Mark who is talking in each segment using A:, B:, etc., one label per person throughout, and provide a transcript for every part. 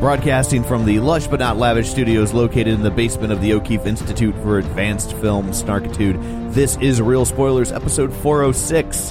A: Broadcasting from the lush but not lavish studios located in the basement of the O'Keefe Institute for Advanced Film Snarkitude, this is Real Spoilers, episode 406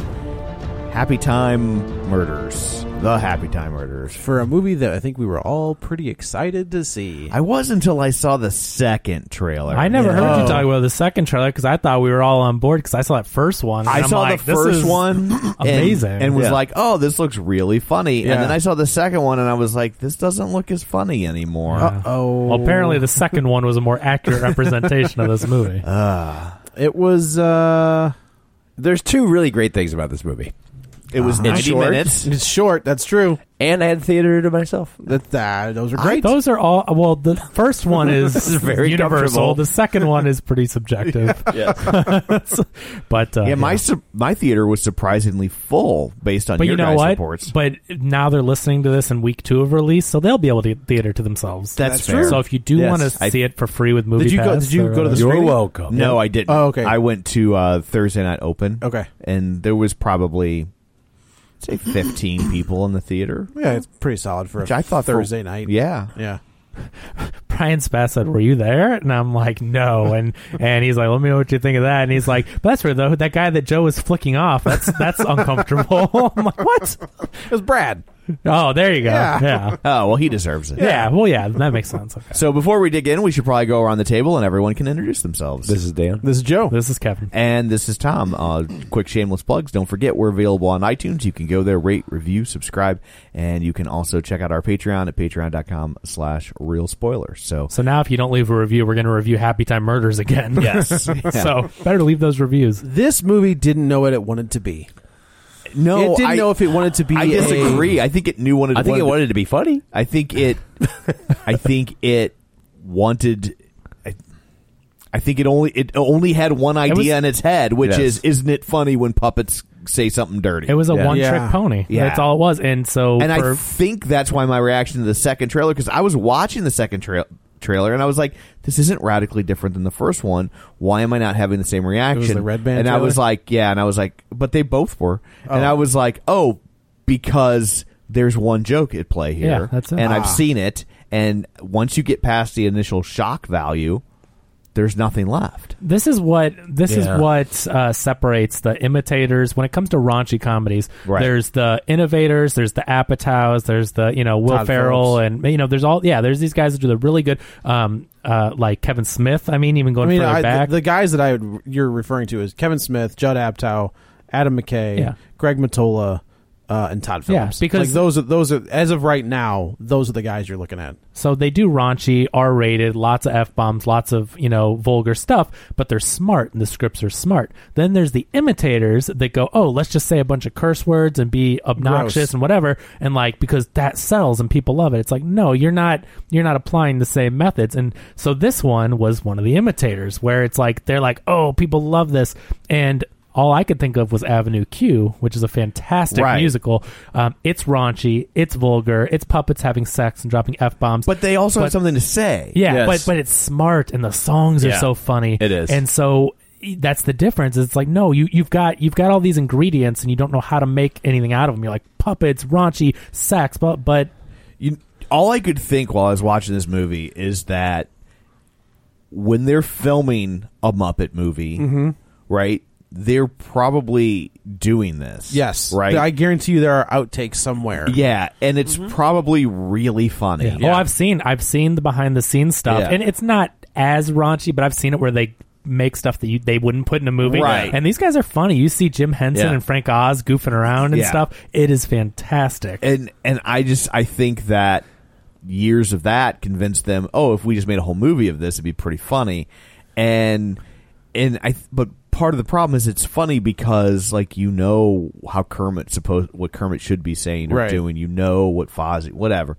A: Happy Time Murders. The Happy Time Murders.
B: For a movie that I think we were all pretty excited to see.
A: I was until I saw the second trailer.
C: I never heard you talk about the second trailer because I thought we were all on board because I saw that first one. and
A: I
C: I'm
A: saw
C: like,
A: the
C: this
A: first
C: is
A: one, and-
C: amazing.
A: and, was like, "Oh, this looks really funny."
B: Yeah.
A: And then I saw the second one, and I was like, "This doesn't look as funny anymore."
C: Uh,
B: Oh,
C: Well, apparently the second one was a more accurate representation of this movie.
B: it was. uh
D: There's two really great things about this movie.
A: It was ninety minutes.
B: It's short. That's true.
D: And I had theater to myself.
B: That uh, those are great.
C: Those are all. Well, the first one is,
A: very comfortable.
C: universal. The second one is pretty subjective. but uh,
A: Yeah, my su- my theater was surprisingly full based on
C: But
A: your
C: you know
A: guys'
C: what?
A: reports.
C: But now they're listening to this in week two of release, so they'll be able to get theater to themselves.
A: That's That's fair.
C: So if you do
A: Yes.
C: want to
A: I-
C: see it for free with movie, uh,
A: Did you go- did you
B: uh,
A: go to the
D: You're
A: Screening?
D: welcome.
A: no, I didn't.
B: Oh, okay.
A: I went to uh, Thursday night open.
B: Okay.
A: and there was probably say fifteen people in the theater.
B: yeah, it's pretty solid for a
A: Which I thought for-
B: Thursday night.
A: Yeah,
B: yeah.
C: Brian Spass said, "Were you there?" And I'm like, "No." And and he's like, "Let me know what you think of that." And he's like, "But that's weird though. That guy that Joe was flicking off. That's that's uncomfortable." I'm like, "What?"
B: It was Brad.
C: Oh, there you go.
B: Yeah.
C: Yeah. Yeah.
A: Oh well, he deserves it.
C: Well, yeah, that makes sense. Okay.
A: So before we dig in, we should probably go around the table and everyone can introduce themselves.
D: This is Dan.
B: This is Joe.
C: This is Kevin.
A: and this is Tom. Uh, quick shameless plugs. Don't forget we're available on iTunes. You can go there, rate, review, subscribe, and you can also check out our Patreon at patreon.com slash real spoilers. So
C: So now, if you don't leave a review, we're going to review Happy Time Murders again. Yes. so better leave those reviews.
B: This movie didn't know what it wanted to be.
A: no,
B: it didn't
A: I,
B: know if it wanted to be.
A: I
B: a-
A: disagree. I think it knew what it
D: I think
A: wanted
D: it wanted to be funny.
A: I think it. I think it wanted. I, I think it only it only had one idea
C: was-
A: in its head, which
D: Yes.
A: is, isn't it funny when puppets say something dirty?
C: It was a
D: Yeah.
C: one
B: Yeah.
C: trick pony.
A: Yeah.
C: That's all it was. And so,
A: and
C: for,
A: I think that's why my reaction to the second trailer because I was watching the second tra- trailer and I was like, "This isn't radically different than the first one. Why am I not having the same reaction?"
B: the red band
A: and I was
B: trailer?
A: like, "Yeah," and I was like, "But they both were," and I was like, "Oh, because there's one joke at play here,
C: Yeah, that's it.
A: and
C: Ah.
A: I've seen it, and once you get past the initial shock value, there's nothing left."
C: This is what this
D: Yeah.
C: is what uh, separates the imitators when it comes to raunchy comedies.
A: Right.
C: There's the innovators, there's the Apatows, there's the you know Will
B: Todd
C: Ferrell,
B: Phillips.
C: and you know there's all yeah there's these guys that do the really good um uh like Kevin Smith. I mean even
B: I
C: going
B: mean,
C: further
B: I,
C: back.
B: the, the guys that I would, you're referring to is Kevin Smith, Judd Apatow, Adam McKay,
C: Yeah.
B: Greg Matola, uh, and Todd
C: Yeah,
B: Phillips.
C: because-
B: like those are those are as of right now, those are the guys you're looking at.
C: so they do raunchy, R rated, lots of f bombs, lots of you know vulgar stuff, but they're smart and the scripts are smart. Then there's the imitators that go, oh, let's just say a bunch of curse words and be obnoxious
B: Gross.
C: and whatever, and like because that sells and people love it. It's like no, you're not you're not applying the same methods. And so this one was one of the imitators where it's like they're like, oh, people love this, and all I could think of was Avenue Q, which is a fantastic
E: Right.
C: musical. Um, it's raunchy, it's vulgar, it's puppets having sex and dropping f bombs.
E: But they also
C: But-
E: have something to say.
C: Yeah,
A: Yes.
C: but but it's smart and the songs are
E: Yeah.
C: so funny.
E: It is.
C: And so e, that's the difference. It's like no, you you've got you've got all these ingredients and you don't know how to make anything out of them. You're like puppets, raunchy, sex, but but
E: you, all I could think while I was watching this movie is that when they're filming a Muppet movie,
B: Mm-hmm.
E: right? They're probably doing this.
B: Yes.
E: Right.
B: I Mm-hmm. guarantee you there are outtakes somewhere.
E: yeah, and it's probably really funny.
C: oh, I've seen I've seen the behind the scenes stuff,
E: Yeah.
C: and it's not as raunchy, but I've seen it where they make stuff that you, they wouldn't put in a movie.
E: Right.
C: And these guys are funny. You see Jim Henson
E: Yeah.
C: and Frank Oz goofing around and
E: Yeah.
C: stuff. It is fantastic.
E: and and I just I think that years of that convinced them. Oh, if we just made a whole movie of this, it'd be pretty funny. And and I but part of the problem is it's funny because like you know how Kermit supposed what Kermit should be saying or
B: Right.
E: doing. You know what Fozzie whatever.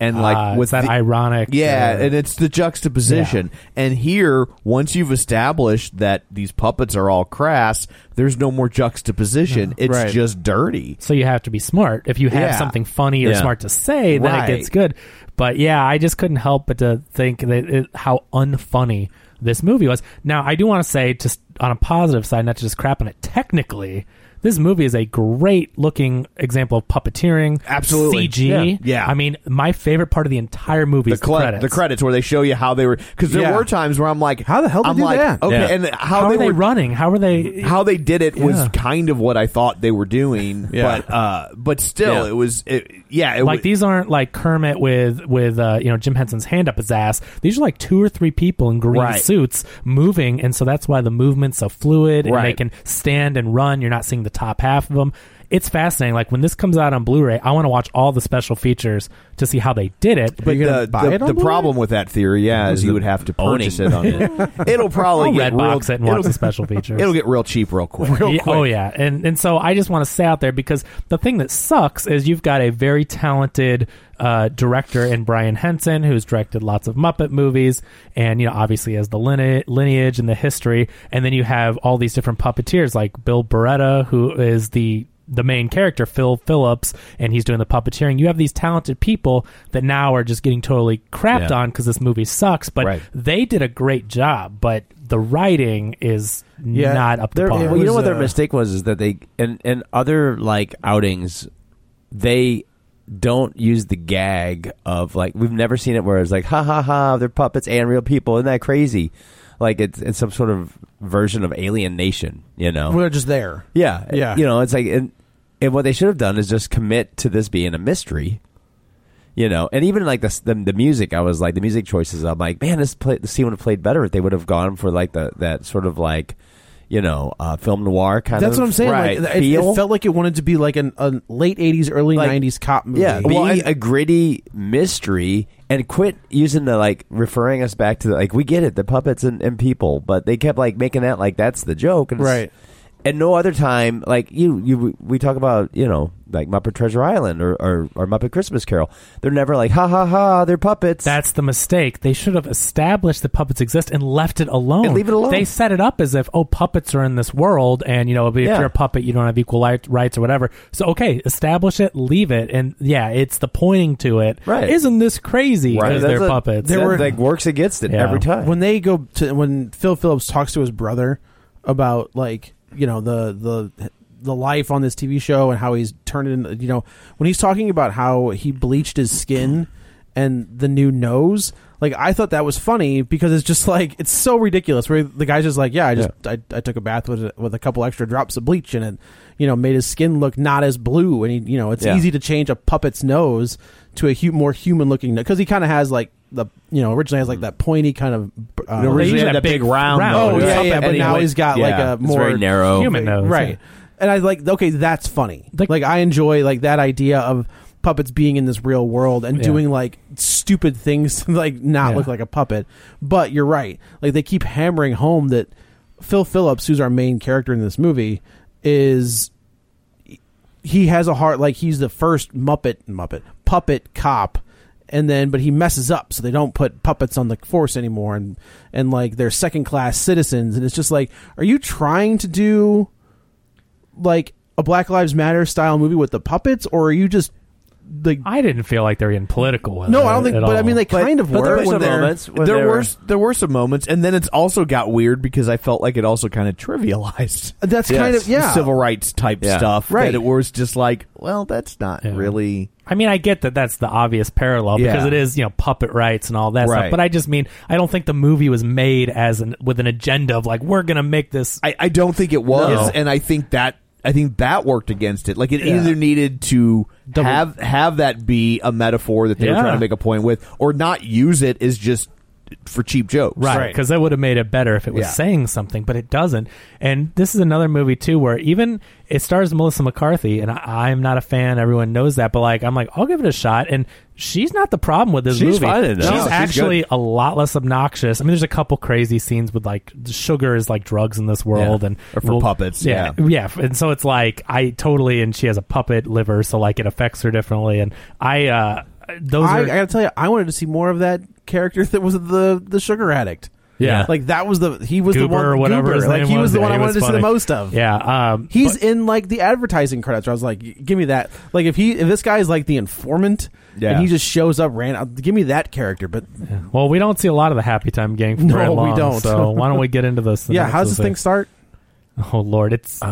E: And like
C: Ah,
E: with
C: it's that
E: the-
C: ironic,
E: yeah,
C: uh,
E: and it's the juxtaposition. And here, once you've established that these puppets are all crass, there's no more juxtaposition. it's
B: Right.
E: just dirty.
C: So you have to be smart. If you have
E: Yeah.
C: something funny or
E: Yeah.
C: smart to say, then
E: Right.
C: it gets good. But yeah, I just couldn't help but to think that it, how unfunny this movie was. Now, I do want to say, just on a positive side, not to just crap on it. Technically, this movie is a great looking example of puppeteering.
E: Absolutely.
C: CG.
E: Yeah. Yeah.
C: I mean, my favorite part of the entire movie is the
E: cla-
C: credits.
E: the credits where they show you how they were because there
B: Yeah.
E: were times where I'm like,
B: How the hell they
E: I'm
B: do
E: like,
B: that?
E: Okay,
B: Yeah.
E: and how,
C: How,
E: they,
C: are they
E: were
C: running? How are they?
E: how they did it was
C: Yeah.
E: kind of what I thought they were doing,
B: Yeah.
E: but uh, but still,
B: Yeah.
E: it was it, yeah, it
C: like
E: was,
C: these aren't like Kermit with with uh, you know Jim Henson's hand up his ass. These are like two or three people in green
E: Right.
C: suits moving, and so that's why the movement's so fluid and they
E: Right.
C: can stand and run. You're not seeing the top half of them. It's fascinating. Like when this comes out on Blu-ray, I want to watch all the special features to see how they did it.
E: But the,
B: buy
E: the,
B: it on
E: the
B: Blu-ray?
E: problem with that theory, yeah, is you would have to purchase it on it. It'll probably
C: I'll
E: get
C: red
E: real,
C: box it and watch
E: it'll,
C: the special features.
E: it'll get real cheap real quick.
C: Yeah, Oh yeah, and and so I just want to say out there because the thing that sucks is you've got a very talented uh, director in Brian Henson who's directed lots of Muppet movies, and you know obviously has the line- lineage and the history, and then you have all these different puppeteers like Bill Beretta who is the the main character Phil Phillips and he's doing the puppeteering. You have these talented people that now are just getting totally crapped
E: Yeah.
C: on because this movie sucks, but
E: Right.
C: they did a great job, but the writing is
B: Yeah,
C: not up to
B: there-
C: par.
B: it
A: Well, you know
B: was,
A: what their
B: uh,
A: mistake was is that they and and other like outings, they don't use the gag of like we've never seen it where it's like ha ha ha they're puppets and real people isn't that crazy, like it's it's some sort of version of Alien Nation you know
B: We're just there.
A: yeah
B: Yeah.
A: you know it's like and, and what they should have done is just commit to this being a mystery. You know, and even like the, s- the the music, I was like the music choices. I'm like, man, this play, the scene would have played better if they would have gone for like the that sort of like, you know, uh, film noir kind of.
B: That's what I'm saying.
A: Right.
B: Like, it, it
A: feel.
B: felt like it wanted to be like an, a late '80s, early
A: Like-
B: '90s cop movie.
A: yeah, be
E: Well, and-
A: a gritty mystery and quit using the like referring us back to the, like we get it, the puppets and, and people, but they kept like making that like that's the joke, and it's-
B: Right.
A: And no other time, like you, you, we talk about you know like Muppet Treasure Island or, or, or Muppet Christmas Carol. They're never like ha ha ha, they're puppets.
C: That's the mistake. They should have established that puppets exist and left it alone.
A: And leave it alone.
C: They set it up as if, oh, puppets are in this world, and you know, if
A: Yeah.
C: you're a puppet, you don't have equal li- rights or whatever. So, okay, establish it, leave it, and yeah, it's the pointing to it.
A: Right.
C: Isn't this crazy?
A: Right.
C: Because
A: That's
C: they're
A: a-
C: puppets.
A: that,
B: There were-
A: like works against it
C: Yeah.
A: every time.
B: when they go to when Phil Phillips talks to his brother about like you know the the the life on this TV show and how he's turned in you know when he's talking about how he bleached his skin and the new nose like I thought that was funny because it's just like it's so ridiculous where the guy's just like yeah I just I, I took a bath with a, with a couple extra drops of bleach in it you know made his skin look not as blue and he you know it's
A: Yeah.
B: easy to change a puppet's nose to a hu- more human looking because he kind of has like the you know originally has like that pointy kind of uh,
C: They
E: originally
C: usually
E: had
C: have
E: that big round
B: Oh
E: nose.
B: yeah,
C: puppet,
B: yeah, but
C: and
B: now
C: he
B: he's got
E: yeah,
B: like a
E: it's
B: more
A: very narrow.
C: Human nose,
B: right?
C: yeah.
B: And I like okay, that's funny.
C: The-
B: like I enjoy like that idea of puppets being in this real world and
C: Yeah.
B: doing like stupid things to like not
C: Yeah.
B: look like a puppet. But you're right. Like they keep hammering home that Phil Phillips, who's our main character in this movie, is he has a heart like he's the first Muppet Muppet puppet cop, and then but he messes up, so they don't put puppets on the force anymore, and and like they're second class citizens, and it's just like, are you trying to do like a Black Lives Matter style movie with the puppets, or are you just like?
C: I didn't feel like they were getting political. With
B: no,
C: it
B: I don't think.
C: Uh, at
B: But I
C: all.
B: mean, they kind of
A: but there
B: were.
A: were
B: when
A: some
B: they're-
A: moments when
E: there
A: they
E: were
A: were-
E: s- there were some moments, and then it's also got weird because I felt like it also kind of trivialized.
B: That's
A: Yes.
B: kind of yeah.
E: civil rights type
A: Yeah.
E: stuff.
B: Right.
E: That it was just like, well, that's not
C: Yeah.
E: really.
C: I mean, I get that that's the obvious parallel
E: Yeah.
C: because it is, you know, puppet rights and all that
E: Right.
C: stuff. But I just mean, I don't think the movie was made as an with an agenda of like we're gonna make this.
E: I, I don't think it was,
C: No.
E: and I think that I think that worked against it. Like it
C: Yeah.
E: either needed to
C: Double-
E: have have that be a metaphor that they were
C: Yeah.
E: trying to make a point with, or not use it as just for cheap jokes.
C: Right, because that would have made it better if it was
E: Yeah.
C: saying something, but it doesn't. And this is another movie too, where even it stars Melissa McCarthy, and I, I'm not a fan. Everyone knows that, but like, I'm like, I'll give it a shot. And she's not the problem with this
A: She's
C: movie.
A: fine in it.
C: She's
A: No, she's
C: actually a lot less obnoxious. I mean, there's a couple crazy scenes with like sugar is like drugs in this world,
E: Yeah.
C: and
E: Or for puppets, yeah.
C: yeah, and so it's like I totally, and she has a puppet liver, so like it affects her differently. And I, uh those
B: I, I
C: are
B: gotta tell you, I wanted to see more of that character that was the the sugar addict.
C: Yeah.
B: like that was the he was the
C: Goober
B: one
C: or whatever
B: Goober.
C: his
B: like
C: name
B: he was the one
C: Yeah,
B: I
C: he
B: wanted to see the
C: funny.
B: most of.
C: Yeah, um,
B: He's in like the advertising credits. Where I was like, "Y- give me that. Like if he if this guy is like the informant,
E: Yeah.
B: and he just shows up, ran. uh, Give me that character. But
C: Well, we don't see a lot of the Happy Time gang for
B: No,
C: very
B: we
C: long,
B: don't.
C: So why don't we get into this?
B: yeah, how does this thing
C: synopsis
B: start? Um,
C: there? Oh Lord, it's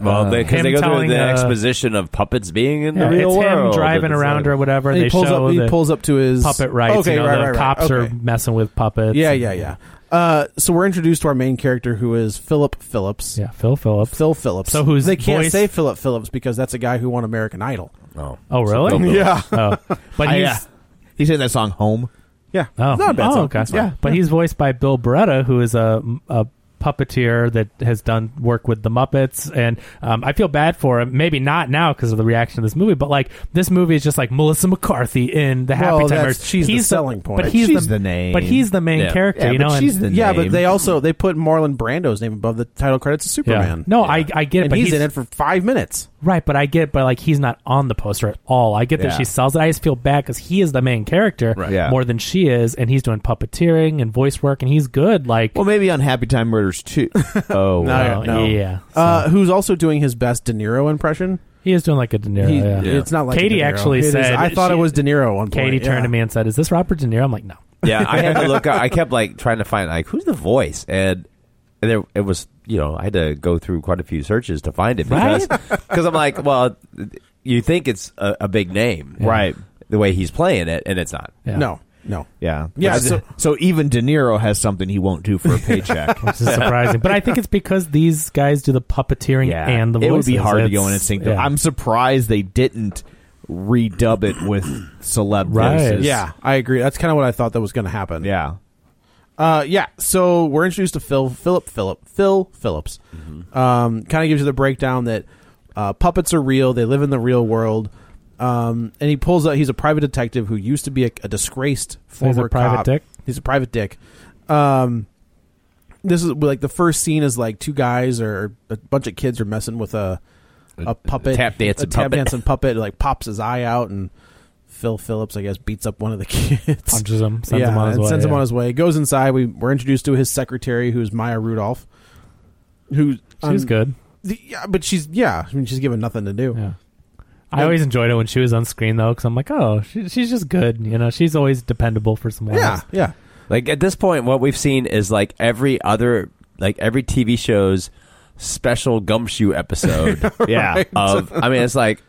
A: Well, because
C: him
A: they, go through
C: telling,
A: the
C: uh,
A: exposition of puppets being in
C: yeah,
A: the real
C: it's
A: world.
C: him driving
A: It's
C: around
A: like-
C: or whatever.
B: And
C: they
B: he pulls
C: show
B: up. He
C: the
B: pulls up to his
C: puppet rights.
B: Okay,
C: you know,
B: right,
C: the
B: right, right.
C: cops are
B: Okay.
C: messing with puppets.
B: Yeah, yeah, yeah. Uh, so we're introduced to our main character who is Philip Phillips.
C: yeah. Phil Phillips.
B: Phil Phillips.
C: So whose
B: they can't
C: voice-
B: say Philip Phillips because that's a guy who won American Idol.
A: Oh.
C: oh really?
B: Yeah,
C: oh, but
E: I,
C: he's.
E: uh, he sang that song "Home."
B: yeah.
C: Oh,
B: It's not a bad
C: oh,
B: song.
C: okay.
B: It's fine.
C: Yeah, but he's voiced by Bill Beretta, who is a, a puppeteer that has done work with the Muppets, and um, I feel bad for him. Maybe not now because of the reaction to this movie, but like this movie is just like Melissa McCarthy in the Happy
B: Well,
C: Timers.
B: that's- she's the selling point.
C: but he's
E: She's
C: the,
E: the name.
C: but he's the main
A: Yeah.
C: character,
E: Yeah,
C: you
E: but
C: know. and-
E: she's the
B: Yeah,
E: name.
B: but they also they put Marlon Brando's name above the title credits of
C: yeah.
B: Superman.
C: No, I, I get it,
B: and
C: but
B: he's, in it for five minutes.
C: Right, but I get, but like he's not on the poster at all. I get that
E: Yeah.
C: she sells it. I just feel bad because he is the main character
E: Right. Yeah.
C: more than she is, and he's doing puppeteering and voice work, and he's good. Like,
E: Well, maybe on Happy Time Murders too. oh,
B: No,
C: Oh,
B: no.
C: yeah,
B: Uh, who's also doing his best De Niro impression?
C: He is doing like a De Niro.
B: He-
C: yeah.
B: It's not like a
C: Katie
B: De Niro.
C: actually
B: It is-
C: said.
B: I thought
C: she-
B: it was De Niro. One
C: Katie
B: point.
C: turned
B: yeah.
C: to me and said, "Is this Robert De Niro?" I'm like, "No."
A: Yeah, I had to look. up. I kept like trying to find like who's the voice, and there it was. You know, I had to go through quite a few searches to find it because
C: Right?
A: because I'm like, well, you think it's a, a big name,
E: Right.
A: The way he's playing it, and it's not.
C: Yeah.
B: "No, no."
E: yeah,
B: Yeah,
E: But-
B: so-
E: So, even De Niro has something he won't do for a paycheck.
C: Which is surprising, but I think it's because these guys do the puppeteering
E: yeah,
C: and the
E: it would
C: voices.
E: be hard to go
C: It's-
E: in and sync.
C: yeah.
E: them. I'm surprised they didn't redub it with celeb
C: Right.
E: voices.
B: Yeah, I agree. That's kind of what I thought that was going to happen.
E: yeah.
B: Uh, yeah. So we're introduced to Phil, Philip, Philip, Phil Phillips. Um, kind of gives you the breakdown that uh, puppets are real. They live in the real world. Um, and he pulls out. He's a private detective who used to be a, a disgraced former
C: he's a private
B: cop.
C: dick?
B: He's a private dick. Um, this is like the first scene is like two guys or a bunch of kids are messing with a a puppet
A: tap dancing
B: a tap
A: puppet.
B: dancing puppet. Like pops his eye out and. Phil Phillips, I guess, beats up one of the kids
C: punches him, um, sends
B: yeah,
C: him on his
B: and
C: way.
B: sends him
C: yeah.
B: on his way. Goes inside. We we're introduced to his secretary, who's Maya Rudolph. Who
C: She's
B: um,
C: good.
B: the- yeah, but she's yeah. I mean, she's given nothing to do.
C: Yeah. I always enjoyed it when she was on screen though, because I'm like, oh, she, she's just good. You know, she's always dependable for someone.
B: yeah,
C: else.
B: yeah.
A: Like at this point, what we've seen is like every other, like every TV show's special gumshoe episode. yeah. Of I mean, it's like.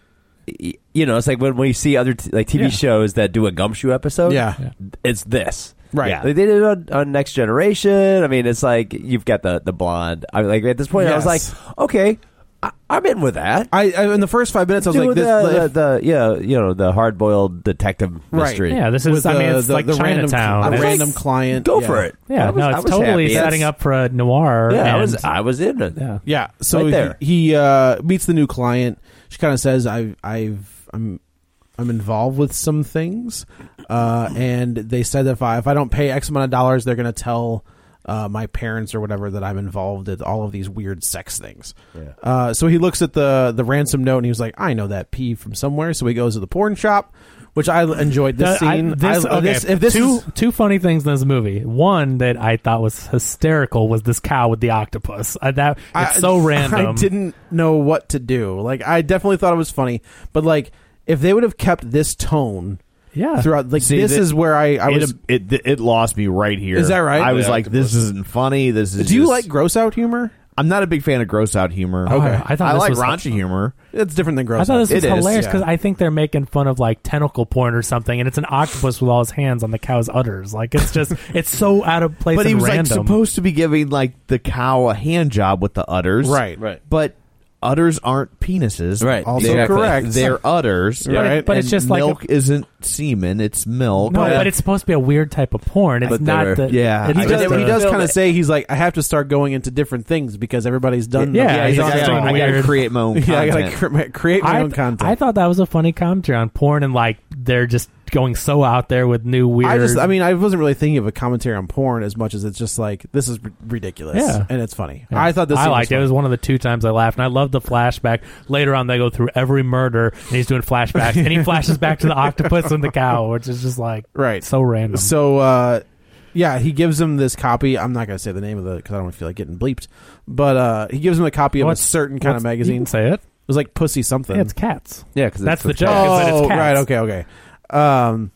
A: y- You know, it's like when we see other t- like TV
C: Yeah.
A: shows that do a gumshoe episode.
B: Yeah.
A: it's this.
B: Right.
A: Yeah. Like, they did it on, on Next Generation. I mean, it's like you've got the the blonde. I mean, like at this point, I was
B: Yes.
A: like, okay, I, I'm in with that.
B: I, I in the first five minutes, I was
A: Do
B: like, this,
A: the,
B: like,
A: the, the- yeah, you know, the hard boiled detective
B: Right.
A: mystery.
C: yeah. This is.
B: with
C: I mean, it's
B: the-
C: like
B: the random-
C: Chinatown.
B: a
C: It's-
B: random client.
A: Go
B: yeah.
A: for it.
C: yeah,
A: I was-
C: no,
A: I
C: it's
A: was
C: totally
A: happy.
C: setting
A: That's-
C: up for a noir.
A: Yeah, I
C: and-
A: was I was in it.
C: Yeah.
B: Yeah. So
A: Right
B: he-
A: there.
B: he, uh, meets the new client. She kind of says, "I've, I've, I'm, I'm involved with some things," uh, and they said if I if I don't pay X amount of dollars, they're going to tell uh, my parents or whatever that I'm involved in all of these weird sex things. Uh, so he looks at the the ransom note and he was like, "I know that P from somewhere." So he goes to the porn shop. which I enjoyed this
C: The- I-
B: scene.
C: this-
B: I-
C: okay,
B: this- if this
C: two
B: is-
C: two funny things in this movie. One that I thought was hysterical was this cow with the octopus. I, that it's
B: I-
C: so random.
B: I didn't know what to do. Like I definitely thought it was funny, but like if they would have kept this tone
C: Yeah.
B: throughout, like
E: See,
B: this
E: that-
B: is where I, I was.
E: it, it it lost me right here.
B: Is that right?
E: I was
B: The
E: like, this isn't funny. This is.
B: do you
E: just-
B: like gross out humor?
E: I'm not a big fan of gross out humor.
C: Oh, Okay. I thought
E: I
C: this
E: like
C: was-
E: raunchy humor.
B: It's different than gross.
C: I thought
B: out.
C: this was
E: It is,
C: hilarious because
B: yeah.
C: I think they're making fun of like tentacle porn or something, and it's an octopus with all his hands on the cow's udders. Like it's just it's so out of place.
E: But
C: and
E: he was
C: random.
E: like supposed to be giving like the cow a hand job with the udders,
B: Right, right.
E: But udders aren't penises,
A: Right,
B: Also
A: exactly.
B: correct.
E: They're udders,
B: But it-
E: right?
C: but it's
E: And
C: just like a-
E: milk isn't semen; it's milk.
C: No, but it's supposed to be a weird type of porn. It's
A: But
C: not
A: they're-
C: the
E: yeah.
C: It's
E: He
B: He
C: not
B: does,
C: the-
B: he does kind of say he's like, I have to start going into different things because everybody's done.
C: Yeah,
B: them.
E: yeah,
C: he's
E: he's
C: on
E: like, I,
C: his own
E: gotta, I gotta
C: weird-
E: create my own.
B: yeah. I gotta
E: content.
B: cre- ma- create my
C: I,
B: own content.
C: I thought that was a funny commentary on porn and like they're just going so out there with new weird.
B: I just, I mean, I wasn't really thinking of a commentary on porn as much as it's just like this is r- ridiculous.
C: Yeah.
B: and it's funny. I thought this.
C: I
B: scene
C: liked it. It
B: was
C: was one of the two times I laughed, and I loved the flashback. Later on, they go through every murder, and he's doing flashbacks, and he flashes back to the octopus and the cow, which is just like
B: Right.
C: so random.
B: So, uh, yeah, he gives him this copy. I'm not going to say the name of the because I don't feel like getting bleeped. But uh, he gives him a copy of
C: What's-
B: a certain kind
C: what's-
B: of
C: you
B: magazine.
C: can
B: It
C: say it.
B: was like Pussy something.
C: Yeah, it's cats.
A: Yeah, because
C: That's the joke. is that
B: oh,
C: it's cats.
B: right. Okay. Okay. Um,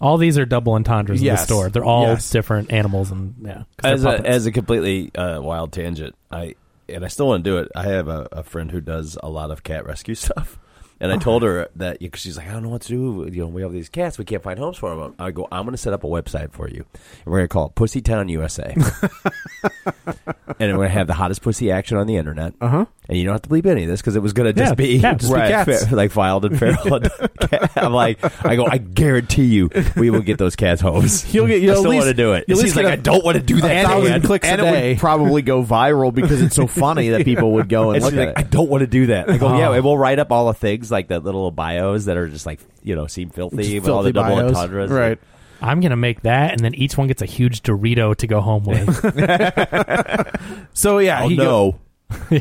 C: All these are double entendres in the
B: Yes.
C: store. They're all
B: Yes.
C: different animals, and yeah, 'cause they're
A: as a,
C: puppets.
A: as a completely uh, wild tangent, I and I still want to do it. I have a, a friend who does a lot of cat rescue stuff, and I told her that because she's like, I don't know what to do. You know, we have these cats, we can't find homes for them. I go, I'm going to set up a website for you, and we're going to call it Pussy Town USA, and we're going to have the hottest pussy action on the internet. Uh
B: Uh-huh.
A: huh. And you don't have to believe any of this because it was going to just
C: Yeah,
A: be
C: cats.
A: just
C: Right.
A: be
C: Cats.
A: fa- like filed and feral. and cat- I'm like, I go, I guarantee you, we will get those cats homes.
B: You'll get- you'll
A: I
B: at
A: still
B: least-
A: want to do it.
B: you'll
A: She's
B: at least
A: like,
B: get
A: I
B: a-
A: don't want to do that.
B: a thousand
A: Dan."
B: clicks a
E: and it
B: day.
E: would probably go viral because it's so funny that people would go and
A: And
E: look
A: she's
E: at
A: like,
E: it. Uh-huh.
A: I don't want to do that. I go, yeah, and we'll write up all the things like the little bios that are just like you know seem filthy, with all the
B: filthy
A: double
B: bios.
A: entendres,
B: Right.
C: I'm gonna make that, and then each one gets a huge Dorito to go home with.
B: So yeah,
E: Oh,
B: he go-
E: no.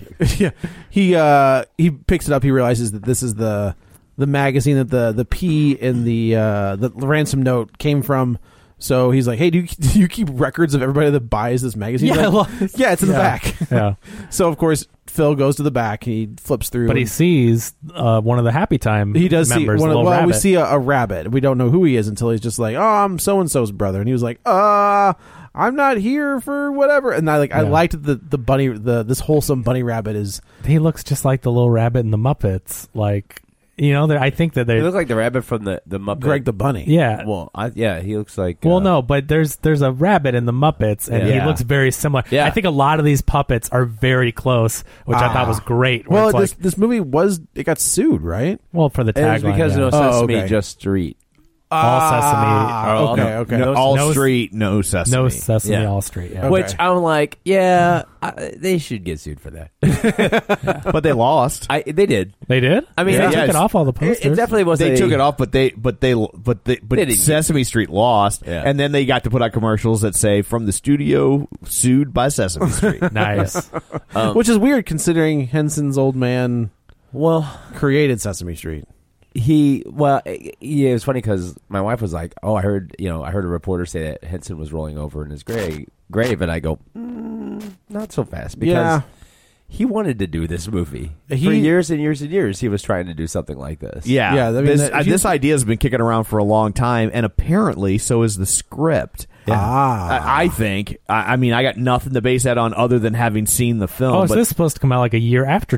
B: yeah, he uh, he picks it up. He realizes that this is the the magazine that the the P in the uh, the ransom note came from. So he's like, "Hey, do you, do you keep records of everybody that buys this magazine?"
C: Yeah,
B: He's
C: I
B: like,
C: love-
B: yeah, it's in
C: Yeah.
B: the back.
C: yeah.
B: So of course, Phil goes to the back. He flips through.
C: But he
B: and
C: sees uh, one of the Happy Time.
B: he does see
C: members,
B: one.
C: the
B: Of, well,
C: little
B: we
C: rabbit.
B: see a, a rabbit. We don't know who he is until he's just like, "Oh, I'm so and so's brother," and he was like, "Uh, I'm not here for whatever." And I like, I
C: Yeah.
B: liked the the bunny. The this wholesome bunny rabbit is
C: He looks just like the little rabbit in the Muppets. Like you know, they're- I think that they.
A: They look like the rabbit from the the Muppet.
B: Greg the bunny.
C: yeah. Well,
A: Well, I, yeah, he looks like. uh,
C: no, but there's there's a rabbit in the Muppets, and he
A: Yeah.
C: looks very similar.
A: Yeah.
C: I think a lot of these puppets are very close, which I thought was
A: Ah.
C: great. where
B: Well,
C: it's
B: this
C: like,
B: this movie was it got sued, right?
C: well, for the
A: It was
C: tagline,
A: because
C: yeah.
A: no
B: Oh,
A: sesame,
B: okay.
A: just street.
C: all
B: Ah,
C: sesame,
A: Oh,
B: okay,
A: no.
B: okay.
A: No,
E: all
C: no-
E: street, no sesame.
C: no sesame,
A: Yeah.
C: all street. Yeah.
B: Okay.
A: Which I'm like, yeah, I, they should get sued for that.
E: but they lost.
A: I they did.
C: They did.
A: I mean,
C: they
A: yeah,
C: took it
A: it's-
C: off all the posters.
A: It, it definitely was.
E: they
A: a-
E: took it off, but they but they but they but
A: They didn't-
E: Sesame Street lost,
A: Yeah.
E: and then they got to put out commercials that say "From the studio, sued by Sesame Street."
C: nice.
B: Which is weird considering Henson's old man
A: Well,
B: created Sesame Street.
A: he well eh, yeah it was funny because my wife was like oh i heard you know i heard a reporter say that henson was rolling over in his grave grave and i go mm, not so fast because
B: Yeah.
A: he wanted to do this movie
B: He-
A: for years and years and years he was trying to do something like this
E: Yeah,
B: Yeah, I mean,
E: this,
B: that-
E: uh,
B: if you-
E: this idea has been kicking around for a long time, and apparently, so is the script.
B: Ah.
E: I, I think. I, I mean, I got nothing to base that on other than having seen the film.
C: oh, so
E: but
C: this is supposed to come out like a year after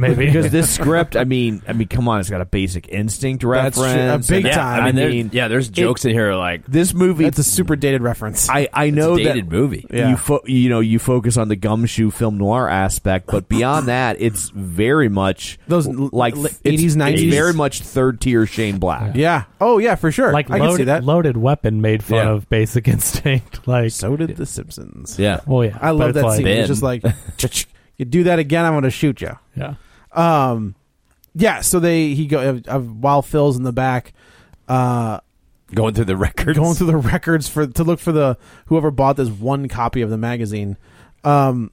C: maybe?
E: because this script, I mean, I mean, come on, it's got a Basic Instinct
B: That's true, a
E: reference,
B: big
E: and-
B: time.
E: I
B: And
A: there-
E: mean,
A: yeah there's jokes in here like
E: this movie.
B: It's a super dated reference.
E: I, I know
A: it's a dated
E: that
A: movie
E: you fo- you know you focus on the gumshoe film noir aspect, but beyond that, it's very much
B: Those l-
E: like
B: l-
E: it's-
B: 80s,
E: it's
B: 90s.
E: very much third tier Shane Black.
B: yeah. Oh yeah, for sure.
C: like
B: I can see
C: loaded,
B: that.
C: loaded weapon made fun
A: Yeah.
C: of Basic Instinct. Like,
B: so did The Simpsons.
A: yeah
C: well, yeah,
B: I
C: but
B: love
C: it's
B: that
C: like,
B: scene.
A: Ben.
B: It's just like you do that again, I'm going to shoot you.
C: Yeah,
B: Um, yeah. So they he go uh, uh, while Phil's in the back. Uh,
A: going through the records
B: going through the records for to look for the whoever bought this one copy of the magazine. Um,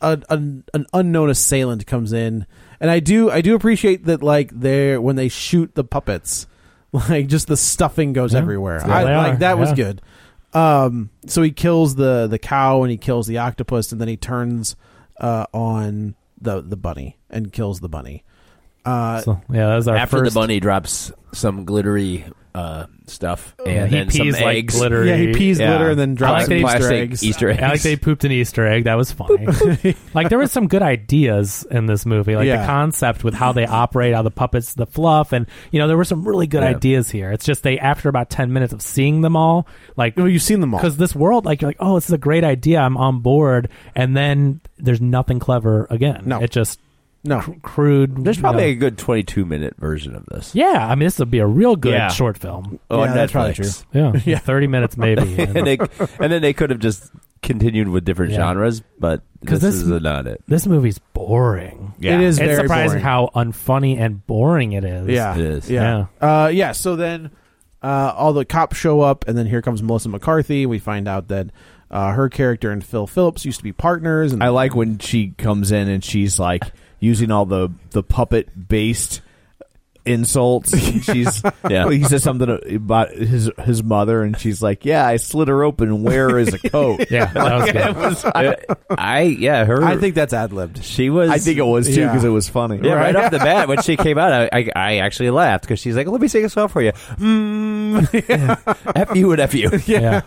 B: an, an, an unknown assailant comes in, and I do I do appreciate that like they are when they shoot the puppets, Like just the stuffing goes everywhere.
C: Yeah,
B: I,
C: they
B: like
C: are,
B: that was
C: yeah.
B: good. Um, so he kills the the cow and he kills the octopus and then he turns uh, on the the bunny and kills the bunny. Uh,
C: So, yeah, that was our
A: After
C: first.
A: the bunny drops some glittery uh, stuff and
C: yeah,
A: then
C: he
A: some
C: pees like
A: eggs.
C: glittery.
B: yeah, he pees
A: Yeah.
B: glitter and then drops
A: like that he-
B: some Easter
A: plastic
B: eggs.
A: Easter eggs.
C: I like they pooped an Easter egg. That was funny. like there was some good ideas in this movie, like
B: Yeah.
C: the concept with how they operate, how the puppets, the fluff, and you know there were some really good
A: Yeah.
C: ideas here. It's just they after about ten minutes of seeing them all, like
B: Well, you've seen them all.
C: because this world, like you're like, oh, this is a great idea. I'm on board, and then there's nothing clever again.
B: No.
C: it just
B: No,
C: cr- crude.
A: There's
C: you
A: probably
C: know.
A: a good 22 minute version of this.
C: yeah. I mean, this would be a real good
A: Yeah.
C: short film.
A: Oh,
B: Yeah,
A: on
B: that's probably
A: Netflix.
C: Yeah, thirty minutes maybe.
A: and, they, and then they could have just continued with different
C: Yeah.
A: genres, but
C: 'Cause
A: this,
C: this-
A: is not it.
C: this movie's boring.
B: it is
C: It's
B: very
C: surprising
B: boring.
C: how unfunny and boring it is.
B: yeah,
A: It is.
B: yeah, yeah. Uh, yeah so then uh, all the cops show up, and then here comes Melissa McCarthy. We find out that uh, her character and Phil Phillips used to be partners, and
E: I like when she comes in and she's like using all the the puppet based insults. And she's
A: Yeah.
E: he says something about his his mother, and she's like, "Yeah, I slit her open. Where is a coat?"
C: Yeah, that was good.
A: I, I- yeah, her.
B: I think that's ad libbed.
A: she was.
E: I think it was too
B: Yeah.
E: because it was funny.
A: Yeah, right off the bat when she came out, I I, I actually laughed because she's like, "Let me sing a song for you." Mm. f you and f you.
C: Yeah,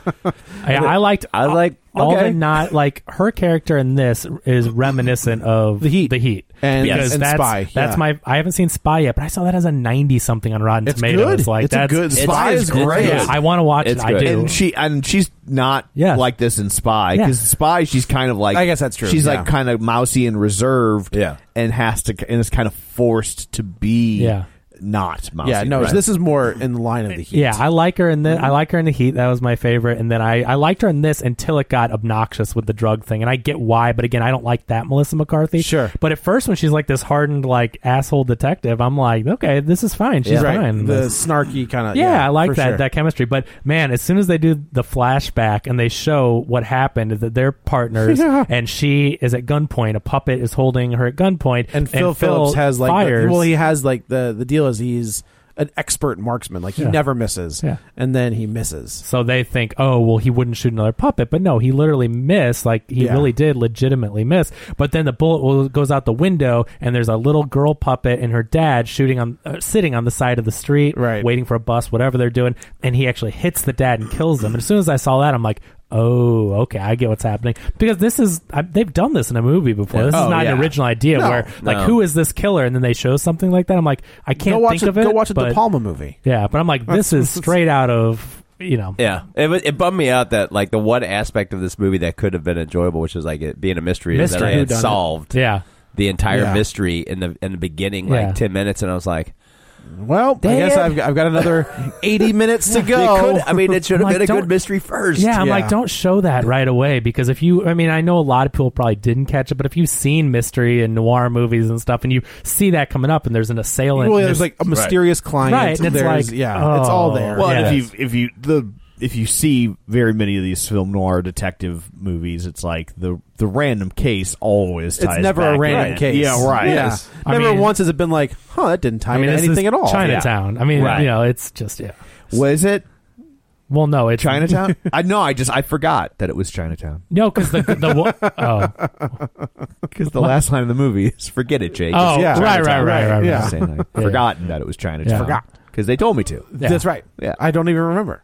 C: I, I liked.
A: I like-
C: all
A: okay.
C: the not like her character in this is reminiscent of the
B: Heat.
C: The heat
B: And-
C: because
B: and
C: that's,
B: Spy,
C: That's
B: yeah.
C: my. I haven't seen Spy yet, but I saw that as a ninety something on Rotten
B: It's
C: Tomatoes.
B: good.
C: Like
B: It's a
C: that's
B: good
A: It's-
B: Spy
A: it's-
B: is
A: it's
B: great.
A: good.
C: Yeah, I want to watch
A: It's
C: it. I
A: good.
C: do.
E: and she and she's not
C: Yes.
E: like this in Spy
C: Yeah.
E: because Spy she's kind of like
B: I guess that's true,
E: She's
B: yeah.
E: like kind of mousy and reserved,
A: Yeah.
E: and has to and is kind of forced to be,
C: Yeah.
E: not mousy.
B: yeah, no,
E: Right.
B: this is more in the line of the heat.
C: yeah, I like her in the
B: Mm-hmm.
C: I like her in the heat. That was my favorite, and then I, I liked her in this until it got obnoxious with the drug thing, and I get why. But again, I don't like that Melissa McCarthy.
B: Sure.
C: but at first when she's like this hardened like asshole detective, I'm like, okay, this is fine. She's
B: She's right.
C: fine.
B: The
C: This-
B: snarky kind of.
C: yeah, I like
B: for
C: that
B: sure.
C: that chemistry. But man, as soon as they do the flashback and they show what happened, that they're partners,
B: Yeah.
C: and she is at gunpoint. A puppet is holding her at gunpoint,
B: and Phil Phillips has like
C: fires.
B: The, well, he has like the the deal is he's an expert marksman. Like he
C: Yeah.
B: never misses.
C: Yeah.
B: and then he misses.
C: So they think, oh, well, he wouldn't shoot another puppet. But no, he literally missed. Like, he
B: Yeah.
C: really did legitimately miss. But then the bullet will- goes out the window, and there's a little girl puppet and her dad shooting on, uh, sitting on the side of the street,
B: Right.
C: waiting for a bus, whatever they're doing. And he actually hits the dad and kills him. And as soon as I saw that, I'm like, oh, okay, I get what's happening. Because this is, I, they've done this in a movie before. This
E: Oh,
C: is not an
E: yeah.
C: original idea where, like,
A: no.
C: who is this killer? And then they show something like that. I'm like, I can't
B: go watch
C: think of it.
B: Go watch a
C: but-
B: De Palma movie.
C: Yeah, but I'm like, this is straight out of. You know,
A: Yeah, it, was- it bummed me out that like the one aspect of this movie that could have been enjoyable, which is like it being a mystery, is that
C: Mystery.
A: I had
B: Whodunit.
A: solved
C: Yeah.
A: the entire
B: Yeah.
A: mystery in the in the beginning,
C: Yeah.
A: like ten minutes, and I was like,
B: Well, I
A: Dang
B: guess
A: it.
B: I've, I've got another eighty minutes to
A: they
B: go.
A: could- I mean, it should have
C: Like,
A: been a
C: don't-
A: good mystery first.
C: Yeah, I'm
B: Yeah.
C: like, don't show that right away because if you, I mean, I know a lot of people probably didn't catch it, but if you've seen mystery and noir movies and stuff, and you see that coming up, and there's an assailant,
B: well,
C: and
B: there's like a mysterious client.
C: Right, and it's
B: there's-
C: like,
B: yeah,
C: oh.
B: it's all there.
E: Well, and
C: Yes.
E: if you if you the if you see very many of these film noir detective movies, it's like the the random case always.
B: it's
E: Ties
B: never
E: back
B: a
E: in.
B: random case.
E: Yeah, right.
B: Yeah.
C: I
B: Never
C: mean-
B: once has it been like, huh, that didn't tie
C: I mean,
B: into
C: this
B: anything
C: is
B: at all.
C: Chinatown. I mean,
E: Right.
C: you know, it's just yeah.
E: Was it
C: Well, no, it's
E: Chinatown? I no, I just I forgot that it was Chinatown
C: No, because the the wo- oh
E: because the last line of the movie is "Forget it, Jake."
C: oh
B: yeah.
C: right, right right right right
B: Yeah.
E: Saying I'd forgotten that it was Chinatown.
C: Yeah.
E: Forgot because they told me to.
C: Yeah.
B: That's right.
E: Yeah.
B: I don't even remember.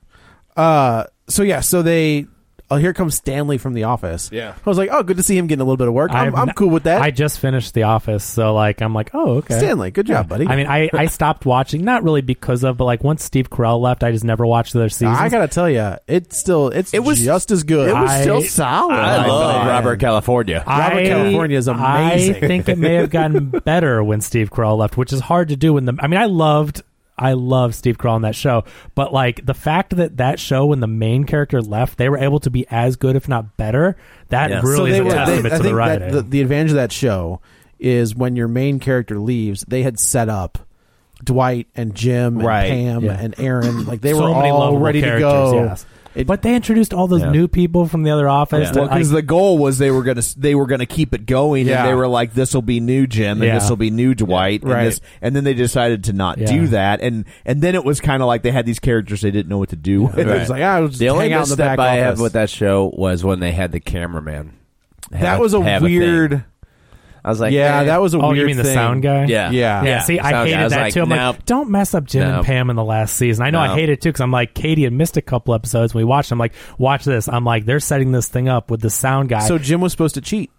B: Uh, so yeah, so they. Oh, here comes Stanley from the office. Yeah, I was like, oh, good to see him getting a little bit of work. I'm,
C: I've
B: I'm
C: n-
B: cool with that.
C: I just finished The Office, so like I'm like, oh okay.
B: Stanley, good job, buddy.
C: I mean, I, I stopped watching, not really because of, but like once Steve Carell left, I just never watched the other seasons.
B: I gotta tell you, it's still it's it was just as good.
C: it was I- still
B: solid.
A: I love Robert California.
B: Robert California is amazing.
C: I think it may have gotten better when Steve Carell left, which is hard to do. When the I mean, I loved. I love Steve Carell on that show, but like the fact that that show, when the main character left, they were able to be as good, if not better. That
A: Yeah.
C: really is a
B: were-
C: testament
B: I
C: to
B: think
C: the
B: that
C: writing.
B: the, the advantage of that show is when your main character leaves, they had set up Dwight and Jim and
E: Right,
B: Pam
C: yeah.
B: and Aaron, like they
C: So
B: were
C: many
B: all
C: lovable
B: ready to
C: characters,
B: go.
C: yes.
B: It-
C: but they introduced all those
A: Yeah.
C: new people from the other office.
A: Yeah.
C: that,
E: Well, because
C: like-
E: the goal was they were gonna they were gonna keep it going,
B: Yeah.
E: and they were like, "This will be new Jim, and
C: Yeah.
E: this will be new Dwight,"
B: Right.
E: And, this, and then they decided to not
C: Yeah.
E: do that, and and then it was kind of like they had these characters they didn't know what to do. with.
B: It was like I was just
A: The only
B: hang out in the
A: misstep
B: back
A: I had
B: office.
A: with that show was when they had the cameraman.
B: That was a weird.
A: I was like,
B: yeah,
A: eh.
B: that was a
C: oh,
B: weird.
C: you mean the
B: thing.
C: sound guy?
A: Yeah.
B: Yeah.
C: Yeah, see, I
A: sound guy.
C: hated
A: I was
C: that
A: like,
C: too. I'm
A: nope.
C: like, don't mess up Jim
A: Nope.
C: and Pam in the last season. I know I
A: Nope.
C: hate it too because I'm like, Katie had missed a couple episodes. We watched. I'm like, watch this. I'm like, they're setting this thing up with the sound guy.
B: So Jim was supposed to cheat.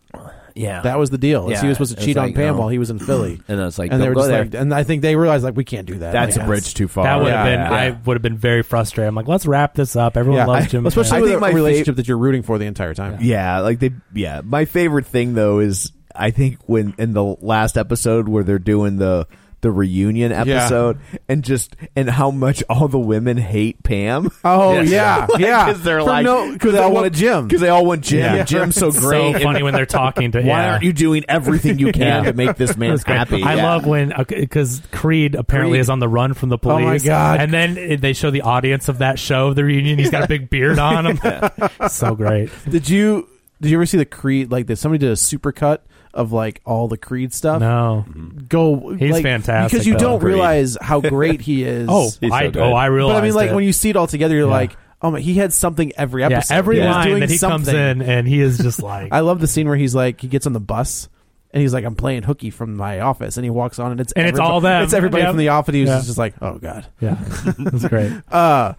A: yeah.
B: That was the deal. is
A: Yeah,
B: he was supposed
A: it
B: to
A: was
B: cheat on
A: like,
B: Pam
A: no.
B: while he was in Philly.
A: And I was like,
B: and they
A: don't
B: were
A: go
B: just
A: there.
B: like, and I think they realized like we can't do that.
E: That's
B: Like,
E: a bridge too far.
C: that would have
B: yeah,
C: been. I would have been very frustrated. I'm like, let's wrap this up. Everyone
B: Yeah,
C: loves
B: I-
C: Jim, and
B: especially
C: Pam.
E: I
B: with
E: think
B: a
E: my
B: relationship that you're rooting for the entire time.
E: Yeah, like they. Yeah, my favorite thing though is I think when in the last episode where they're doing the the reunion episode and just and how much all the women hate Pam.
B: Oh
A: Yes.
B: yeah,
E: Like,
B: yeah.
E: because they're
B: For
E: like
B: no, because I want a gym.
E: because they all want Jim.
C: Yeah.
E: and Jim's so
C: It's
E: great.
C: So
E: and
C: funny when they're talking to.
E: Why
C: yeah.
E: aren't you doing everything you can to make this man
C: That's great.
E: happy?
C: I
E: Yeah.
C: love when because Creed apparently
B: Creed.
C: is on the run from the
B: Oh,
C: police.
B: my God.
C: And then uh, they show the audience of that show, the reunion. He's got a big beard on him. so great.
B: Did you did you ever see the Creed like that? Somebody did a supercut of like all the Creed stuff.
C: No.
B: Go,
C: He's
B: like,
C: fantastic,
B: because you
C: though.
B: don't
C: Creed.
B: realize how great he is.
C: Oh,
A: He's so
C: I
A: good.
C: oh I realize.
B: but I mean, like when you see it all together, you're like, oh my, he had something every
C: yeah,
B: episode.
C: every
B: He was
C: line
B: doing
C: that he comes
B: something.
C: in and he is just like
B: I love the scene where he's like, he gets on the bus. And he's like, I'm playing hooky from my office, and he walks on, and it's
C: And it's
B: everybo-
C: all them.
B: It's everybody
C: Yep.
B: from the office. He was
C: Yeah.
B: just like, oh god.
C: yeah, that's great.
B: Uh,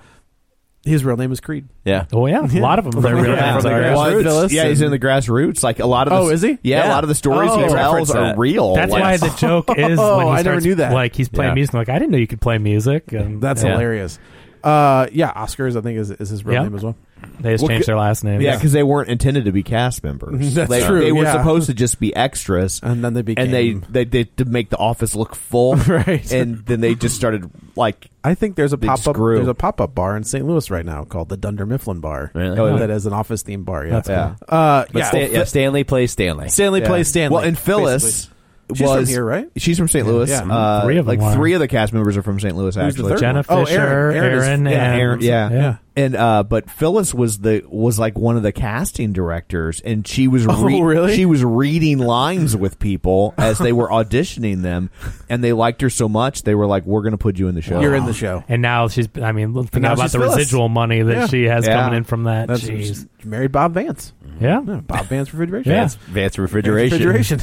B: his real name is Creed.
A: yeah.
C: Oh yeah, a lot of them. They're really
E: Yeah,
B: From the
E: Well,
B: grassroots.
E: it's- yeah, he's in the grassroots. Like a lot of the,
B: Oh, is he?
E: Yeah, a lot of the stories
A: Oh.
E: he
A: They
E: tells
A: reference
E: are
A: that.
E: real.
C: That's
E: Like,
C: why the joke is
B: Oh,
C: when he
B: I never
C: starts,
B: knew that.
C: Like he's playing
A: Yeah.
C: music. I'm like I didn't know you could play music. And
B: That's
C: yeah,
B: hilarious. Uh, yeah, Oscars. I think is is his real
C: Yeah.
B: name as well.
C: They just
E: Well,
C: changed their last name.
E: Yeah, because they weren't intended to be cast members.
B: That's
E: They-
B: true,
E: They were
B: yeah.
E: supposed to just be extras,
B: And then they
E: and they
B: became-
E: they did to make the office look full,
B: Right.
E: And then they just started like
B: I think there's a
E: They
B: pop
E: just
B: up.
E: grew.
B: There's a pop up bar in St. Louis right now called the Dunder Mifflin Bar.
A: Really?
B: Oh,
A: Oh,
B: that is an office themed bar. Yeah.
C: That's
E: yeah.
B: Uh,
A: But
B: yeah.
A: Stan- yeah, Stanley plays Stanley.
B: Stanley
E: Yeah.
B: plays Stanley.
E: Well, and Phyllis
B: She's
E: was
B: from here, right?
E: She's from St. Louis.
B: Yeah.
E: Uh,
C: Three of them
E: like
C: are.
E: three of the cast members are from St. Louis.
B: the
E: Actually,
B: third
C: Jenna
B: one? Oh,
C: Fisher,
B: Aaron. Aaron is-
C: Aaron,
E: yeah,
C: and
E: Aaron, yeah.
C: yeah.
E: And uh, but Phyllis was the was like one of the casting directors, and she was
B: Oh,
E: re-
B: really?
E: she was reading lines with people as they were auditioning them, and they liked her so much they were like, "We're going to put you in the show."
B: You're in the show.
C: And now she's, I mean, think
B: now
C: about
B: she's
C: the
B: Phyllis.
C: residual money that
B: Yeah.
C: she has
E: Yeah.
C: coming in from that.
B: That's
C: Jeez.
B: she married Bob Vance.
C: Yeah.
B: Yeah, Bob Vance Refrigeration.
C: Yeah.
A: Vance, Vance refrigeration.
B: Refrigeration.